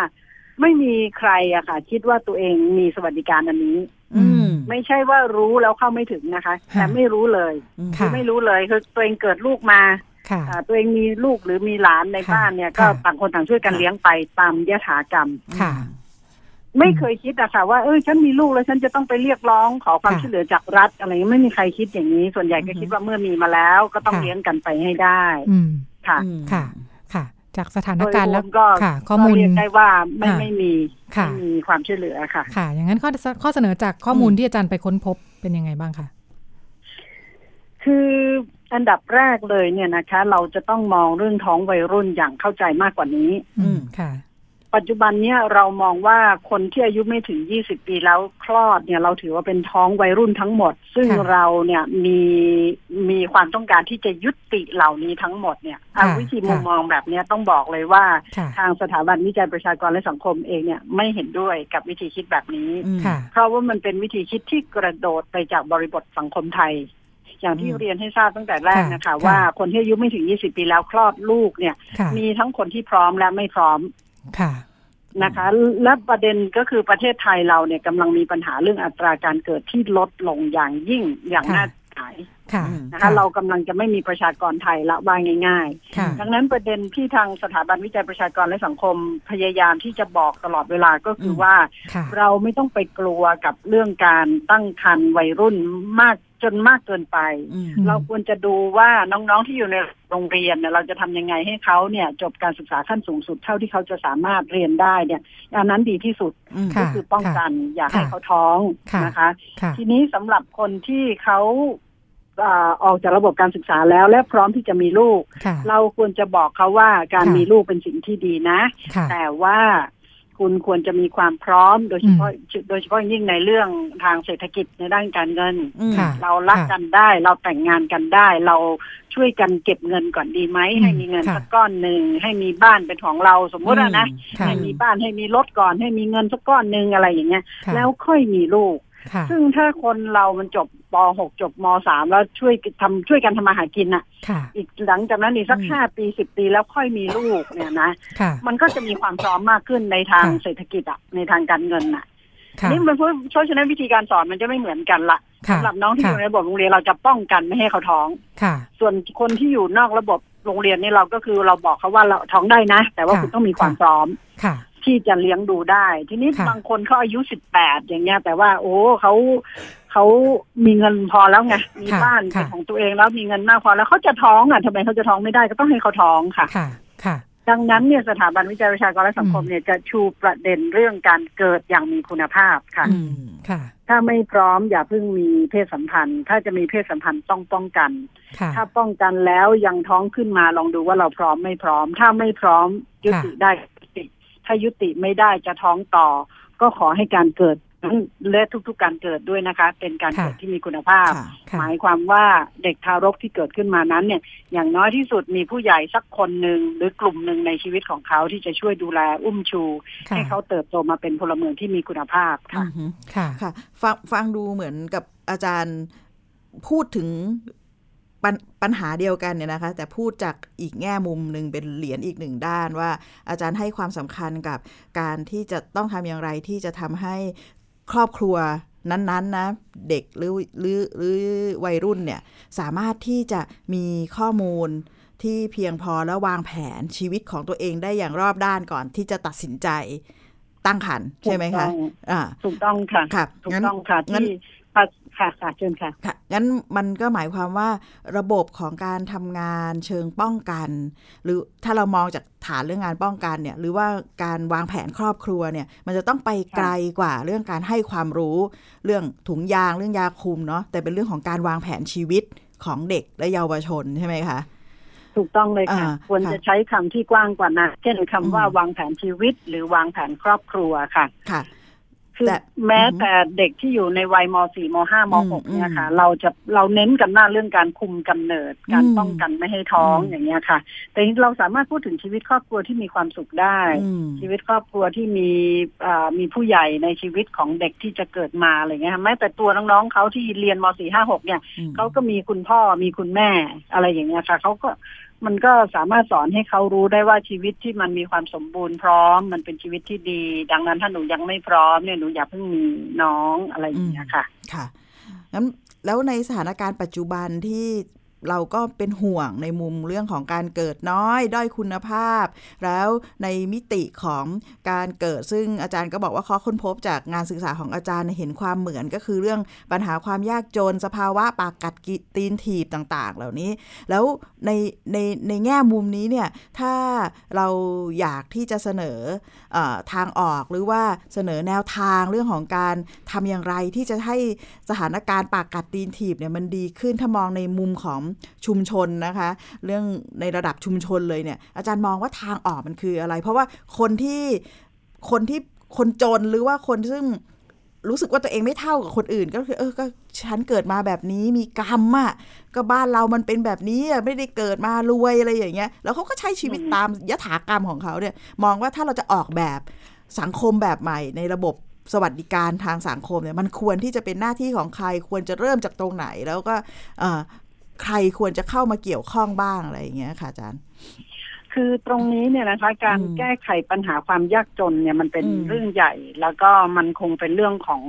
ไม่มีใครอะค่ะ คิดว่าตัวเองมีสวัสดิการอันนี้
อืม
ไม่ใช่ว่ารู้แล้วเข้าไม่ถึงนะคะ
ค่ะ
แต่ไม่รู้เลย
ค่ะ
ไม่รู้เลยคือตัวเองเกิดลูกมา
ค่ะ
อ่าตัวเองมีลูกหรือมีหลานใน
ค่ะ
บ้านเนี่ย ก็
ค่ะ
ต่างคนต่างช่วยกันเลี้ยงไปตามยถากรรม
ค่ะ
ไม่เคยคิดอะค่ะว่าเออฉันมีลูกแล้วฉันจะต้องไปเรียกร้องขอความ
ค่ะ
ช่วยเหลือจากรัฐอะไรเงี้ยไม่มีใครคิดอย่างนี้ ส่วนใหญ่ก็
อือฮึ
คิดว่าเมื่อมีมาแล้ว ก็ต้อง
ค่ะ
เลี้ยงกันไปให้ได้
อืม
ค่ะ
อืม
ค่ะ ค่ะ จากสถาน
โดย
การณ์
ร
แล้ว
วมก็
ค่ะ ข้อมูล
ก็เรียกได้ว่าไม่
ค่ะ
ไม่มี
ค่ะ
ไม่มีความช่วยเหลือค่ะ
ค่ะ อย่างนั้นข้อข้อเสนอจากข้อมูลที่อาจารย์ไปค้นพบเป็นยังไงบ้างคะ
คืออันดับแรกเลยเนี่ยนะคะ เราจะต้องมองเรื่องท้องวัยรุ่นอย่างเข้าใจมากกว่านี้
อืม
ค่ะ
ปัจจุบันเนี่ยเรามองว่าคนที่อายุไม่ถึง 20 ปีแล้วคลอดเนี่ยเราถือว่าเป็นท้องวัยรุ่นทั้งหมด ซึ่ง
ค่ะ
เราเนี่ยมีมีความต้องการที่จะยุติเหล่านี้ทั้งหมดเนี่ยเอา
ค่ะ
วิธีมุม
ค่ะ
มองแบบเนี้ยต้องบอกเลยว่า
ค่ะ
ทางสถาบันวิจัยประชากรและสังคมเองเนี่ยไม่เห็นด้วยกับวิธีคิดแบบนี้
อืม
ค่ะ
เพราะว่ามันเป็นวิธีคิดที่กระโดดไปจากบริบทสังคมไทย อย่างที่
อืม
เรียนให้ทราบตั้งแต่แรกนะคะ
ค่ะ
ว่าคนที่อายุไม่ถึง 20 ปีแล้วคลอดลูกเนี่ย
ค่ะ
มีทั้งคนที่พร้อมและไม่พร้อม
ค่ะ
นะคะและประเด็นก็คือประเทศไทยเราเนี่ยกำลังมีปัญหาเรื่องอัตราการเกิดที่ลดลงอย่างยิ่งอย่าง
ค่ะ
น่าสงสาย
ค่ะ
นะคะเรากำลังจะไม่มีประชากรไทยละว่าง่าย
ค่ะ
ๆ ดังนั้นประเด็นที่ทางสถาบันวิจัยประชากรและสังคมพยายามที่จะบอกตลอดเวลาก็คือว่า
ค่ะ
เราไม่ต้องไปกลัวกับเรื่องการตั้งครรภ์วัยรุ่นมากจนมากเกินไป เราควรจะดูว่าน้องๆที่อยู่ในโรงเรียนเนี่ยเราจะทำยังไงให้เขาเนี่ยจบการศึกษาขั้นสูงสุดเท่าที่เขาจะสามารถเรียนได้เนี่ยอันนั้นดีที่สุดก็คือป้องกันอย่าให้เขาท้อง
ค่ะ
นะคะ
ค่ะ
ทีนี้สำหรับคนที่เขาเอ่อออกจากระบบการศึกษาแล้วและพร้อมที่จะมีลูก
ค่ะ
เราควรจะบอกเขาว่าการ
ค่ะ
มีลูกเป็นสิ่งที่ดีนะ
ค่ะ
แต่ว่าคุณควรจะมีความพร้อมโดยเฉพาะโดยเฉพาะยิ่งในเรื่องทางเศรษฐกิจในด้านการเงิน
อืมค่ะ
เรารัก
ค่ะ
กันได้ เราแต่งงานกันได้ เราช่วยกันเก็บเงินก่อนดีไหม
อืม
ให้มีเงิน
ค่ะ
สักก้อนหนึ่งให้มีบ้านเป็นของเราสมมติอะนะ
อืมค่ะ
ให้มีบ้านให้มีรถก่อนให้มีเงินสักก้อนหนึ่งอะไรอย่างเงี้ย
ค่ะ
แล้วค่อยมีลูก
ค่ะ
ซึ่งถ้าคนเรามันจบป .6 จบม .3 แล้วช่วยทำช่วยกันทำมาหากินอ่ะ
ค่ะ
อีกหลังจากนั้นอีกสักห้าปีสิบปีแล้วค่อยมีลูกเนี่ยนะ
ค่ะ
มันก็จะมีความพร้อมมากขึ้นในทางเศรษฐกิจอะในทางการเงินอะ
ค่ะ
นี่มันเพราะเพราะฉะนั้นวิธีการสอนมันจะไม่เหมือนกันละ
ค่ะ
สำหรับน้องที่อยู่ในระบบโรงเรียนเราจะป้องกันไม่ให้เขาท้อง
ค่ะ
ส่วนคนที่อยู่นอกระบบโรงเรียนนี่เราก็คือเราบอกเขาว่าเราท้องได้นะ แต่ว่า
ค่ะ
คุณต้องมีความพร้อม
ค่ะ
ที่จะเลี้ยงดูได้ ทีนี้
ค่ะ
บางคนเขาอายุสิบแปดอย่างเงี้ย แต่ว่า โอ้เขาเขามีเงินพอแล้วไงมี
ค่ะ
บ้านเป็น
ค่ะ
ของตัวเองแล้วมีเงินมากพอแล้วเขาจะท้องอ่ะทำไมเขาจะท้องไม่ได้ก็ต้องให้เขาท้องค่ะ
ค่ะ ค่ะ
ดังนั้นเนี่ยสถาบันวิจัยประชากรและสังคมเนี่ยจะชูประเด็นเรื่องการเกิดอย่างมีคุณภาพค่ะ
อืม ค่ะ
ถ้าไม่พร้อมอย่าเพิ่งมีเพศสัมพันธ์ ถ้าจะมีเพศสัมพันธ์ต้องป้องกัน
ค่ะ
ถ้าป้องกันแล้วยังท้องขึ้นมาลองดูว่าเราพร้อมไม่พร้อม ถ้าไม่พร้อมยุติได้ยุติถ้ายุติไม่ได้จะท้องต่อ ก็ขอให้การเกิดนั้นและทุกๆ การเกิดด้วยนะคะ เป็นการเกิดที่มีคุณภาพ หมายความว่าเด็กทารกที่เกิดขึ้นมานั้นเนี่ย อย่างน้อยที่สุดมีผู้ใหญ่สักคนหนึ่งหรือกลุ่มหนึ่งในชีวิตของเขาที่จะช่วยดูแลอุ้มชู
ค่ะ
ให้เขาเติบโตมาเป็นพลเมืองที่มีคุณภาพค่ะ
ค่ะ
ค่ะฟังฟังดูเหมือนกับอาจารย์พูดถึงปัญปัญหาเดียวกันเนี่ยนะคะ แต่พูดจากอีกแง่มุมหนึ่งเป็นเหรียญอีกหนึ่งด้านว่า อาจารย์ให้ความสำคัญกับการที่จะต้องทำอย่างไรที่จะทำให้ครอบครัวนั้นๆนะเด็กหรือหรือหรือวัยรุ่นเนี่ยสามารถที่จะมีข้อมูลที่เพียงพอและวางแผนชีวิตของตัวเองได้อย่างรอบด้านก่อนที่จะตัดสินใจตั้งครรภ์ใช่ไหมคะ
ถูกต้อง
อ่า
ถูกต้องค่ะ
ค่ะ
ถูก
งั้น
ต้องค่ะ
งั้น
ที่ค่ะค่ะค่ะเชิญค่ะ
ค่ะงั้นมันก็หมายความว่าระบบของการทำงานเชิงป้องกัน หรือถ้าเรามองจากฐานเรื่องงานป้องกันเนี่ยหรือว่าการวางแผนครอบครัวเนี่ยมันจะต้องไปไกลกว่าเรื่องการให้ความรู้ เรื่องถุงยางเรื่องยาคุมเนาะแต่เป็นเรื่องของการวางแผนชีวิตของเด็กและเยาวชนใช่ไหมคะ
ถูกต้องเลยค่ะ
อ่า
ควรจะใช้คำที่กว้างกว่านะเช่นคำว่าวางแผนชีวิต หรือวางแผนครอบครัวค่ะ
ค่ะ
คือ
แต่
แม้แต่เด็กที่อยู่ในวัยม .4 ม .5 ม .6
อืม
เนี่ยค่ะ เราจะเราเน้นกันหน้ากเรื่องการคุมกำเนิด การ
อืม
ป้องกันไม่ให้ท้อง
อืม
อย่างเงี้ยค่ะ แต่เราสามารถพูดถึงชีวิตครอบครัวที่มีความสุขได้
อืม
ชีวิตครอบครัวที่มีเอ่อมีผู้ใหญ่ในชีวิตของเด็กที่จะเกิดมาอะไรเงี้ยค่ะแม้แต่ตัวน้องๆเขาที่เรียนม .4 5 6เนี่ย
อืม
เขาก็มีคุณพ่อมีคุณแม่อะไรอย่างเงี้ยค่ะเขาก็มันก็สามารถสอนให้เขารู้ได้ว่าชีวิตที่มันมีความสมบูรณ์พร้อม มันเป็นชีวิตที่ดี ดังนั้นถ้าหนูยังไม่พร้อมเนี่ยหนูอย่าเพิ่งมีน้องอะไรอย่างเงี้ยค่ะ
ค่ะงั้นแล้วในสถานการณ์ปัจจุบันที่เราก็เป็นห่วงในมุมเรื่องของการเกิดน้อย ด้อยคุณภาพ แล้วในมิติของการเกิดซึ่งอาจารย์ก็บอกว่าข้อค้นพบจากงานศึกษาของอาจารย์เห็นความเหมือนก็คือเรื่องปัญหาความยากจน สภาวะปากกัดกิตีนถีบต่าง ๆ เหล่านี้ แล้วในในในแง่มุมนี้เนี่ยถ้าเราอยากที่จะเสนอ เอ่อทางออกหรือว่าเสนอแนวทางเรื่องของการทำอย่างไรที่จะให้สถานการณ์ปากกัดตีนถีบเนี่ยมันดีขึ้นถ้ามองในมุมของชุมชนนะคะ เรื่องในระดับชุมชนเลยเนี่ย อาจารย์มองว่าทางออกมันคืออะไร เพราะว่าคนที่คนที่คนจนหรือว่าคนซึ่งรู้สึกว่าตัวเองไม่เท่ากับคนอื่น ก็คือเออก็ฉันเกิดมาแบบนี้มีกรรมอ่ะก็บ้านเรามันเป็นแบบนี้อะไม่ได้เกิดมารวยอะไรอย่างเงี้ยแล้วเขาก็ใช้ชีวิตตามยถากรรมของเขาเนี่ย มองว่าถ้าเราจะออกแบบ สังคมแบบใหม่ในระบบสวัสดิการทางสังคมเนี่ยมันควรที่จะเป็นหน้าที่ของใคร ควรจะเริ่มจากตรงไหน แล้วก็เอ่อใครควรจะเข้ามาเกี่ยวข้องบ้างอะไรอย่างเงี้ยค่ะอาจารย์
ค คือตรงนี้เนี่ยนะคะ การแก้ไขปัญหาความยากจนเนี่ยมันเป็น
อืม
เรื่องใหญ่ แล้วก็มันคงเป็นเรื่องของ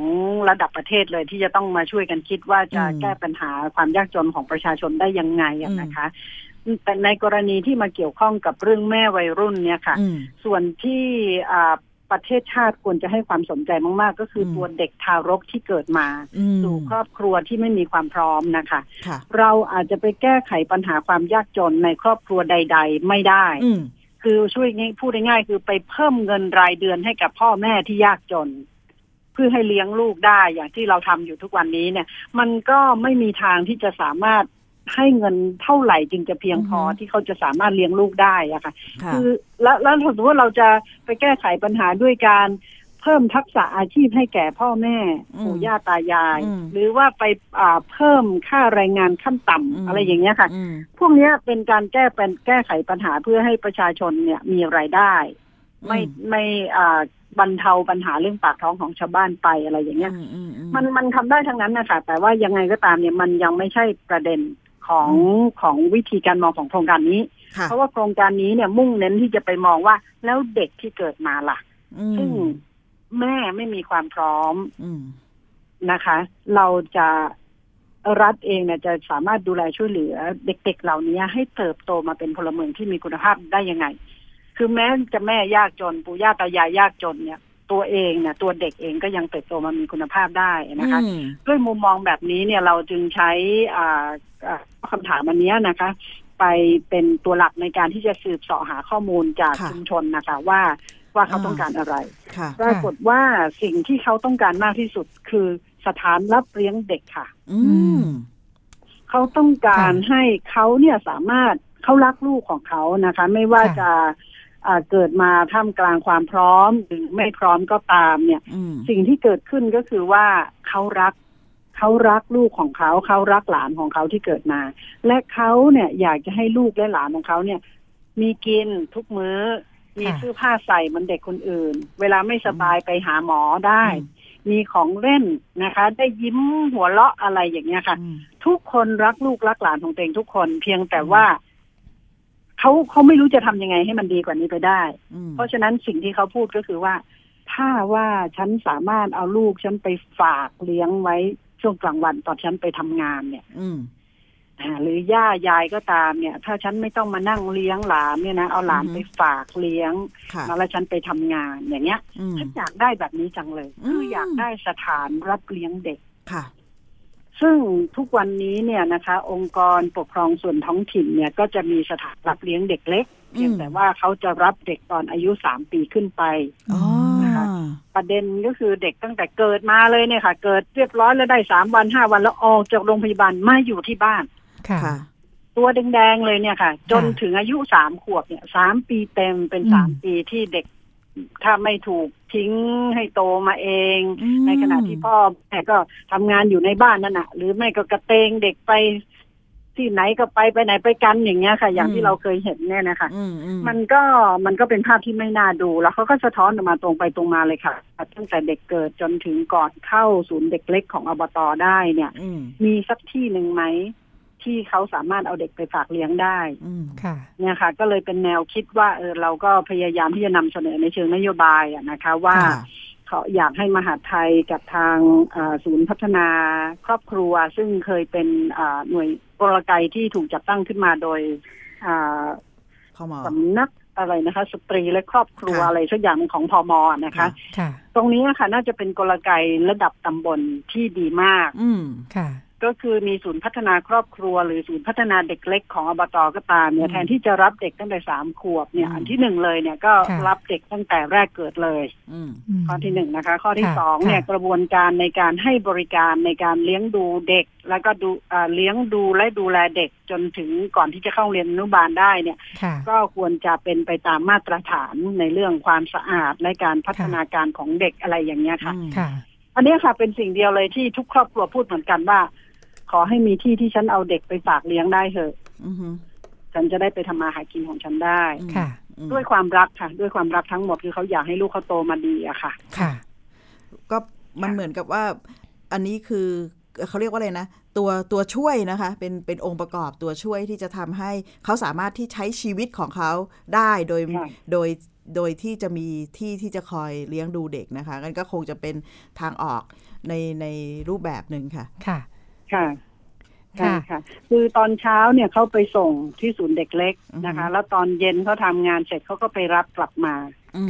ระดับประเทศเลยที่จะต้องมาช่วยกันคิดว่าจะแก้ปัญหาความยากจนของประชาชนได้ยังไงอะนะคะ แต่ในกรณีที่มาเกี่ยวข้องกับเรื่องแม่วัยรุ่นเนี่ยค่ะ
อืม
ส่วนที่อ่าประเทศชาติควรจะให้ความสนใจมาก ๆ ก็คืออ
ม
ตัวเด็กทารกที่เกิดมา
อืม
สู่ครอบครัวที่ไม่มีความพร้อมนะคะ
ค่ะ
เราอาจจะไปแก้ไขปัญหาความยากจนในครอบครัวใด ๆ ไม่ได้
อืม
คือช่วยง่ายพูดง่ายๆคือไปเพิ่มเงินรายเดือนให้กับพ่อแม่ที่ยากจน เพื่อให้เลี้ยงลูกได้อย่างที่เราทำอยู่ทุกวันนี้เนี่ย มันก็ไม่มีทางที่จะสามารถให้เงินเท่าไหร่จึงจะเพียงพอ
อือฮึ
ที่เขาจะสามารถเลี้ยงลูกได้อะค่ะ
ค่ะ
คือแล้วแล้วสมมติว่าเราจะไปแก้ไขปัญหาด้วยการเพิ่มทักษะอาชีพให้แก่พ่อแม่
อืม
ปู่ย่าตายาย
อืม
หรือว่าไปอ่าเพิ่มค่าแรงงานขั้นต่ำ
อืม
อะไรอย่างเงี้ยค่ะ
อืม
พวกเนี้ยเป็นการแก้เป็นแก้ไขปัญหาเพื่อให้ประชาชนเนี่ยมีรายได้ ไม่ไม่อ่าบรรเทาปัญหาเรื่องปากท้องของชาวบ้านไปอะไรอย่างเงี้ย มันมันทำได้ทั้งนั้นนะคะแต่ว่ายังไงก็ตามเนี่ยมันยังไม่ใช่ประเด็นของของวิธีการมองของโครงการนี้
ค่ะ
เพราะว่าโครงการนี้เนี่ยมุ่งเน้นที่จะไปมองว่าแล้วเด็กที่เกิดมาล่ะ
อืม
ซึ่งแม่ไม่มีความพร้อม
อืม
นะคะ เราจะรัฐเองเนี่ยจะสามารถดูแลช่วยเหลือ เด็ก ๆ เหล่านี้ให้เติบโตมาเป็นพลเมืองที่มีคุณภาพได้ยังไง คือแม้จะแม่ยากจนปู่ย่าตายายยากจนเนี่ย ตัวเองเนี่ยตัวเด็กเองก็ยังเติบโตมามีคุณภาพได้นะคะ
อืม
ด้วยมุมมองแบบนี้เนี่ยเราจึงใช้อ่าอ่าคำถามอันเนี้ยนะคะ ไปเป็นตัวหลักในการที่จะสืบเสาะหาข้อมูลจาก
ค่ะ
ชุมชนนะคะ ว่าว่าเขาต้องการอะไร
ค่ะ
ปรากฏว่าสิ่งที่เขาต้องการมากที่สุดคือสถานรับเลี้ยงเด็กค่ะ
อืม
เขาต้องการ
ค่ะ
ให้เขาเนี่ยสามารถเขารักลูกของเขานะคะ ไม่ว่า
ค่ะ
จะอ่าเกิดมาท่ามกลางความพร้อมหรือไม่พร้อมก็ตามเนี่ย
อืม
สิ่งที่เกิดขึ้นก็คือว่าเขารักเขารักลูกของเขา เขารักหลานของเขาที่เกิดมา และเขาเนี่ยอยากจะให้ลูกและหลานของเขาเนี่ย มีกินทุกมื้อ มีเสื้อผ้าใส่เหมือนเด็กคนอื่น เวลาไม่สบายไปหาหมอได้ มีของเล่นนะคะ ได้ยิ้มหัวเราะอะไรอย่างเงี้ยค่ะ ทุกคนรักลูกรักหลานของตัวเองทุกคน เพียงแต่ว่าเขาเขาไม่รู้จะทำยังไงให้มันดีกว่านี้ไปได้
อืม
เพราะฉะนั้นสิ่งที่เขาพูดก็คือว่า ถ้าว่าฉันสามารถเอาลูกฉันไปฝากเลี้ยงไว้ช่วงกลางวันตอนฉันไปทำงานเนี่ย
อืม
อ่าหรือย่ายายก็ตามเนี่ย ถ้าฉันไม่ต้องมานั่งเลี้ยงหลานเนี่ยนะเอาหลาน
อือฮึ
ไปฝากเลี้ยง
ค่ะ
แล้วฉันไปทำงานอย่างเงี้ย
อืม
ฉันอยากได้แบบนี้จังเลยคืออยากได้สถานรับเลี้ยงเด็ก
ค่ะ
ซึ่งทุกวันนี้เนี่ยนะคะ องค์กรปกครองส่วนท้องถิ่นเนี่ยก็จะมีสถานรับเลี้ยงเด็กเล็ก เพียงแต่ว่าเขาจะรับเด็กตอนอายุสามปีขึ้นไป
อ๋อ
ประเด็นก็คือเด็กตั้งแต่เกิดมาเลยเนี่ยค่ะ เกิดเรียบร้อยแล้วได้สามวันห้าวันแล้วออกจากโรงพยาบาลมาอยู่ที่บ้าน
ค่ะ
ตัวแดงๆเลยเนี่ยค่ะ จนถึงอายุสามขวบเนี่ยสามปีเต็มเป็น
อืม
สามปีที่เด็กถ้าไม่ถูกทิ้งให้โตมาเอง
อืม
ในขณะที่พ่อแม่ก็ทำงานอยู่ในบ้านนั่นน่ะ หรือไม่ก็กระเตงเด็กไปที่ไหนก็ไปไปไหนไปกันอย่างเงี้ยค่ะ อย่างที่เราเคยเห็นเนี่ยนะคะ
อืมอืม
มันก็มันก็เป็นภาพที่ไม่น่าดู แล้วเขาก็สะท้อนออกมาตรงไปตรงมาเลยค่ะตั้งแต่เด็กเกิดจนถึงก่อนเข้าศูนย์เด็กเล็กของอบตได้เนี่ย
อืม
มีสักที่หนึ่งไหม ที่เขาสามารถเอาเด็กไปฝากเลี้ยงได้
อืม
ค่ะ
เนี่ยค่ะ ก็เลยเป็นแนวคิดว่าเออเราก็พยายามที่จะนำเสนอในเชิงนโยบายอะนะคะ ว่า
ค่ะ
เขาอยากให้มหาดไทยกับทางเอ่อศูนย์พัฒนาครอบครัว ซึ่งเคยเป็นเอ่อหน่วยกลไกที่ถูกจัดตั้งขึ้นมาโดยเอ่อ
พ่อหมอ
สำนักอะไรนะคะ สตรีและครอบครัว
ค่ะ
อะไรสักอย่างของพมนะคะ
ค่ะ
ตรงนี้ค่ะ น่าจะเป็นกลไกระดับตำบลที่ดีมาก
อืม
ค่ะ
ก็คือมีศูนย์พัฒนาครอบครัว หรือศูนย์พัฒนาเด็กเล็กของอบตก็ตามเนี่
อื
ย
ม
แทนที่จะรับเด็กตั้งแต่สามขวบเนี่ย
อืม
อันที่หนึ่งเลยเนี่ยก็
ค่ะ
รับเด็กตั้งแต่แรกเกิดเลย
อืม
ม
ข้อที่หนึ่งนะคะ ข้อที่
ค่ะ
สองเนี่ย
ค่ะ
กระบวนการในการให้บริการในการเลี้ยงดูเด็ก แล้วก็ดูอ่าเลี้ยงดูและดูแลเด็กจนถึงก่อนที่จะเข้าเรียนอนุบาลได้เนี่ย
ค่ะ
ก็ควรจะเป็นไปตามมาตรฐานในเรื่องความสะอาดและการพัฒนาการของเด็กอะไรอย่างเงี้ยค่ะ
ค่ะ
อันเนี้ยค่ะเป็นสิ่งเดียวเลยที่ทุกครอบครัวพูดเหมือนกันว่า ขอให้มีที่ที่ฉันเอาเด็กไปฝากเลี้ยงได้เถอะ
อืมอืม
ฉันจะได้ไปทำมาหากินของฉันได้
ค่ะ
อืม
ด้วยความรักค่ะ ด้วยความรักทั้งหมดคือเขาอยากให้ลูกเขาโตมาดีอะค่ะ
ค่ะ
ก็มันเหมือนกับว่า อันนี้คือ เขาเรียกว่าอะไรนะ ตัวตัวช่วยนะคะ เป็นเป็นองค์ประกอบตัวช่วยที่จะทำให้เขาสามารถที่ใช้ชีวิตของเขาได้โดย
ค่ะ
โดยโดยที่จะมีที่ที่จะคอยเลี้ยงดูเด็กนะคะนั่นก็คงจะเป็นทางออกในในรูปแบบหนึ่งค่ะ
ค่ะ
ค่ะ
ค่ะ
ค่ะค่ะ คือตอนเช้าเนี่ยเขาไปส่งที่ศูนย์เด็กเล็กนะคะ แล้วตอนเย็นเขาทำงานเสร็จเขาก็ไปรับกลับมา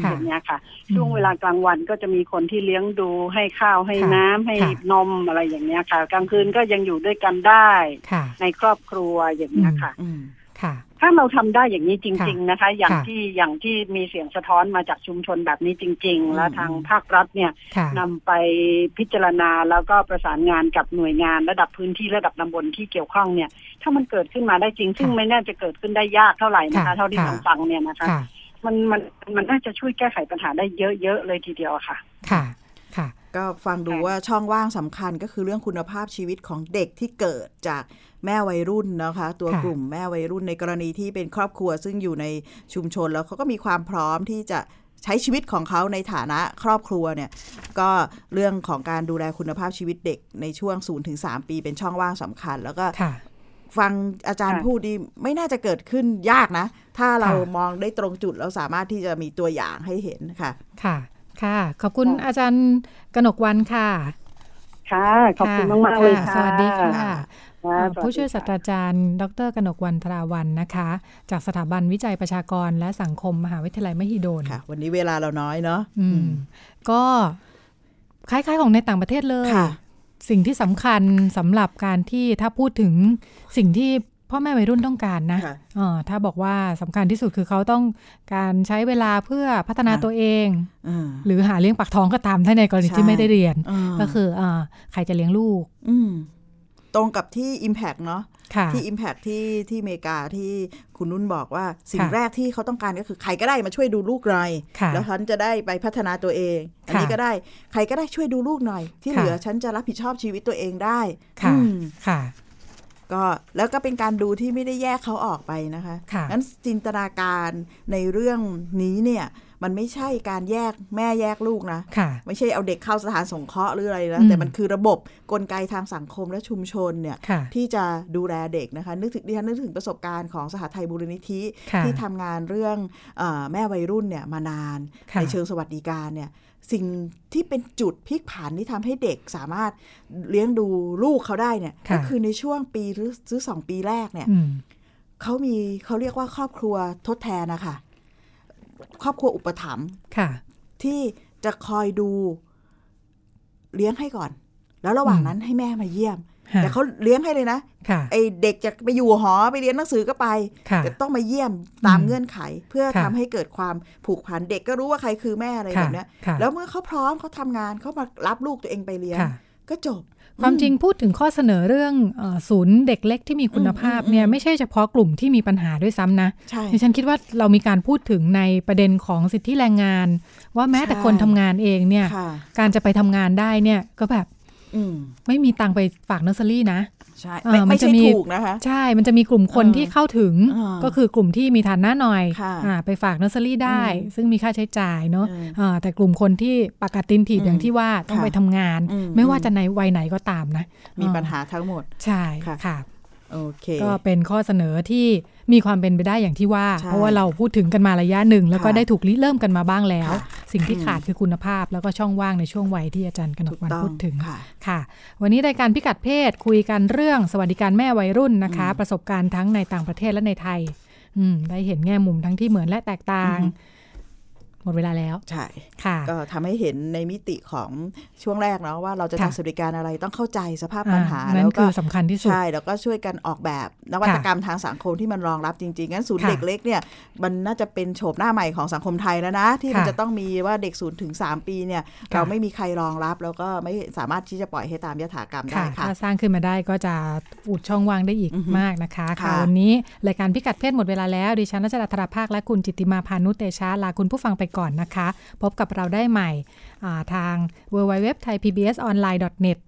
ค่ะ
อย่างเงี้ยค่ะ ช่วงเวลากลางวันก็จะมีคนที่เลี้ยงดูให้ข้าวให้น้ำให้นมอะไรอย่างเงี้ยค่ะ กลางคืนก็ยังอยู่ด้วยกันได้
ค่ะ
ในครอบครัวอย่างเงี้ยค่ะ
ค่ะ
ถ้าเราทำได้อย่างนี้จริง
ค่ะ
ๆนะคะ อย่าง
ค่ะ
ที่อย่างที่มีเสียงสะท้อนมาจากชุมชนแบบนี้จริง ๆ และทางภาครัฐเนี่ย
ค่ะ
นำไปพิจารณาแล้วก็ประสานงานกับหน่วยงานระดับพื้นที่ระดับตำบลที่เกี่ยวข้องเนี่ย ถ้ามันเกิดขึ้นมาได้จริง ซึ่งไม่น่าจะเกิดขึ้นได้ยากเท่าไหร่นะคะ
ค่ะ
เท่าที่
ค่ะ
ฟังๆเนี่ยนะคะ
ค่ะ
มันมันมันน่าจะช่วยแก้ไขปัญหาได้เยอะๆเลยทีเดียวอะค่ะ
ค่ะ ค่ะ
ก็ฟังดูว่าช่องว่างสำคัญก็คือเรื่องคุณภาพชีวิตของเด็กที่เกิดจากแม่วัยรุ่นนะคะ ตัว
ค่ะ
กลุ่มแม่วัยรุ่นในกรณีที่เป็นครอบครัว ซึ่งอยู่ในชุมชนแล้วเขาก็มีความพร้อมที่จะใช้ชีวิตของเขาในฐานะครอบครัวเนี่ยก็เรื่องของการดูแลคุณภาพชีวิตเด็กในช่วง0ถึง3ปีเป็นช่องว่างสำคัญ แล้วก็
ค่ะ
ฟังอาจารย์
ค่ะ
พูดดีไม่น่าจะเกิดขึ้นยากนะ ถ้าเรา
ค่ะ
มองได้ตรงจุดเราสามารถที่จะมีตัวอย่างให้เห็นค่ะ
ค่ะ ค่ะ ขอบคุณอาจารย์กนกวันค่ะ
ค่ะ ขอบคุณ
ค่ะ
มากๆเลยค่ะ
สวัสดีค่ะ
ค่ะ
อ่า
สวัสดี
ผู้ช่วย
ค่ะ
ศาสตราจารย์ ดรกนกวันทราวันนะคะ จากสถาบันวิจัยประชากรและสังคม มหาวิทยาลัยมหิดล
ค่ะ วันนี้เวลาเราน้อยเนาะ
อืม ก็คล้าย ๆ ของในต่างประเทศเลย
ค่ะ
สิ่งที่สำคัญสำหรับการที่ถ้าพูดถึงสิ่งที่พ่อแม่วัยรุ่นต้องการนะ
ค่ะ
เอ่อถ้าบอกว่าสำคัญที่สุดคือเขาต้องการใช้เวลาเพื่อพัฒนา
ค่ะ
ตัวเอง
อ่า
หรือหาเลี้ยงปากท้องก็ตามถ้าในกรณี
ใช่
ที่ไม่ได้เรียน
อ่า
ก็คืออ่าใครจะเลี้ยงลูก
อืมตรงกับที่ Impact เนาะ
ค่ะ
ที่ Impact ที่ที่อเมริกาที่คุณนุ่นบอกว่าสิ่ง
ค่ะ
แรกที่เขาต้องการก็คือใครก็ได้มาช่วยดูลูกหน่อย
ค่ะ
แล้วฉันจะได้ไปพัฒนาตัวเอง อันนี้
ค่ะ
ก็ได้ใครก็ได้ช่วยดูลูกหน่อย ที่
ค่ะ
เหลือฉันจะรับผิดชอบชีวิตตัวเองได้
ค่ะ
อืม
ค่ะ
ก็แล้วก็เป็นการดูที่ไม่ได้แยกเขาออกไปนะคะ
ค่ะ
งั้นจินตนาการในเรื่องนี้เนี่ย มันไม่ใช่การแยกแม่แยกลูกนะ
ค่ะ
ไม่ใช่เอาเด็กเข้าสถานสงเคราะห์หรืออะไรนะ
อืม
แต่มันคือระบบกลไกทางสังคมและชุมชนเนี่ย
ค่ะ
ที่จะดูแลเด็กนะคะนึกถึงดิฉันนึกถึงประสบการณ์ของสหไทยบุรณิธิ
ค่ะ
ที่ทำงานเรื่องเออแม่วัยรุ่นเนี่ยมานาน
ค่ะ
ในเชิงสวัสดิการเนี่ยสิ่งที่เป็นจุดพลิกผันที่ทำให้เด็กสามารถเลี้ยงดูลูกเขาได้เนี่ย
ค่ะ
ก็คือในช่วงปีหรือหรือสองปีแรกเนี่ย
อืม
เขามีเขาเรียกว่าครอบครัวทดแทนนะคะครอบครัวอุปถัมภ์
ค่ะ
ที่จะคอยดูเลี้ยงให้ก่อน แล้วระหว่างนั้นให้แม่มาเยี่ยม
ฮะ
แต่เขาเลี้ยงให้เลยนะ
ค่ะ
ไอเด็กจะไปอยู่หอไปเรียนหนังสือก็ไป
ค่ะ
แต่ต้องมาเยี่ยมตาม
อืม
เงื่อนไข เพื่อ
ค่ะ
ทำให้เกิดความผูกพันเด็กก็รู้ว่าใครคือแม่อะไร
ค่ะ
แบบเนี้ย
ค่ะ
แล้วเมื่อเขาพร้อมเขาทำงานเขามารับลูกตัวเองไปเลี้ยง
ค่ะ
ก็จบ
ความจริงพูดถึงข้อเสนอเรื่องเอ่อศูนย์เด็กเล็กที่มีคุณภาพเนี่ยไม่ใช่เฉพาะกลุ่มที่มีปัญหาด้วยซ้ำนะ
ใช่
ดิฉันคิดว่าเรามีการพูดถึงในประเด็นของสิทธิแรงงาน ว่าแม้แต่
ใช่
คนทำงานเองเนี่ย
ค่ะ
การจะไปทำงานได้เนี่ยก็แบบ
อืม
ไม่มีตังค์ไปฝากเนอร์เซอรี่นะ
ใช่
เอ่อ
ไม่
มั
ไม่
นจะ
ใช่
มี
ถูกนะคะ
ใช่ มันจะมีกลุ่มคนที่เข้าถึง
อ่า
ก็คือกลุ่มที่มีฐานะหน่อย
ค่ะ
อ่าไปฝากเนอร์เซอรี่ได้
อืม
ซึ่งมีค่าใช้จ่ายเนาะ
อืม
อ่าแต่กลุ่มคนที่ปากกาตินถีบ
อืม
อย่างที่ว่าต้อง
ค่ะ
ไปทำงาน
อืม
ไม่ว่าจะในวัยไหนก็ตามนะ
มี
อ่
ปัญหาทั้งหมด
ใช่
ค่ะ
ค่ะ
โอเค
ก็เป็นข้อเสนอที่มีความเป็นไปได้อย่างที่ว่า
ใช่
เพราะว่าเราพูดถึงกันมาระยะหนึ่ง แล้วก็
ค่ะ
ได้ถูกริเริ่มกันมาบ้างแล้ว
ค่ะ
สิ่งที่
อืม
ขาดคือคุณภาพ แล้วก็ช่องว่างในช่วงวัยที่อาจารย์กนกวัน
ต้อง
พูดถึง
ค่ะ
ค่ะ วันนี้รายการพิกัดเพศคุยกันเรื่องสวัสดิการแม่วัยรุ่นนะคะ ประสบการณ์ทั้งในต่างประเทศและในไทย อืม ได้เห็นแง่มุมทั้งที่เหมือนและแตกต่าง
อือฮึ
หมดเวลาแล้ว
ใช่
ค่ะ
ก็ทำให้เห็นในมิติของช่วงแรกเนาะว่าเราจะ
ค่ะ
ทำสวัสดิการอะไรต้องเข้าใจสภาพ
อ่า
ปัญหา
นั่น
แล้วก็
คือสำคัญที่สุด
ใช่แล้วก็ช่วยกันออกแบบนวัตกรรมทางสังคมที่มันรองรับจริงๆงั้นศูนย์
ค่ะ
เด็กเล็กเนี่ยมันน่าจะเป็นโฉมหน้าใหม่ของสังคมไทยแล้วนะ ที่มัน
ค่ะ
จะต้องมีว่าเด็กศูนย์ถึงสามปีเนี่ย
ค่ะ
เราไม่มีใครรองรับ แล้วก็ไม่สามารถที่จะปล่อยให้ตามยถากรรมได้
ค่ะ
ค่ะ
ถ้าสร้างขึ้นมาได้ก็จะอุดช่องว่างได้อีก
อือฮึ
มากนะคะ ค่ะ
ค่ะ
วันนี้รายการพิกัดเพศหมดเวลาแล้ว ดิฉันรัชดาธราภาคและคุณจิตติมาพานุเตชะลาคุณผู้ฟังไปก่อนนะคะ พบกับเราได้ใหม่อ่าทาง w w w t h a i p b s o n l i n e n e t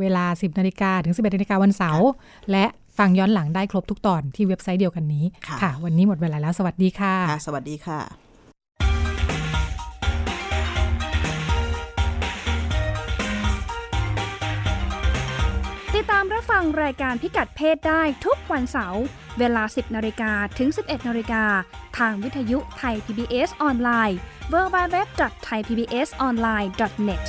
เวลา 10นาฬิกาถึง 11นาฬิกาวันเสาร์และฟังย้อนหลังได้ครบทุกตอนที่เว็บไซต์เดียวกันนี้
ค่ะ
วันนี้หมดเวลาแล้วสวัสดีค่ะ
ค่ะ สวัสดีค่ะ
อ
ฟังรายการพิกัดเพศได้ทุกวันเสาร์เวลา 10นาฬิกาถึง 11นาฬิกาทางวิทยุไทย PBS ออนไลน์ www.thaipbsonline.net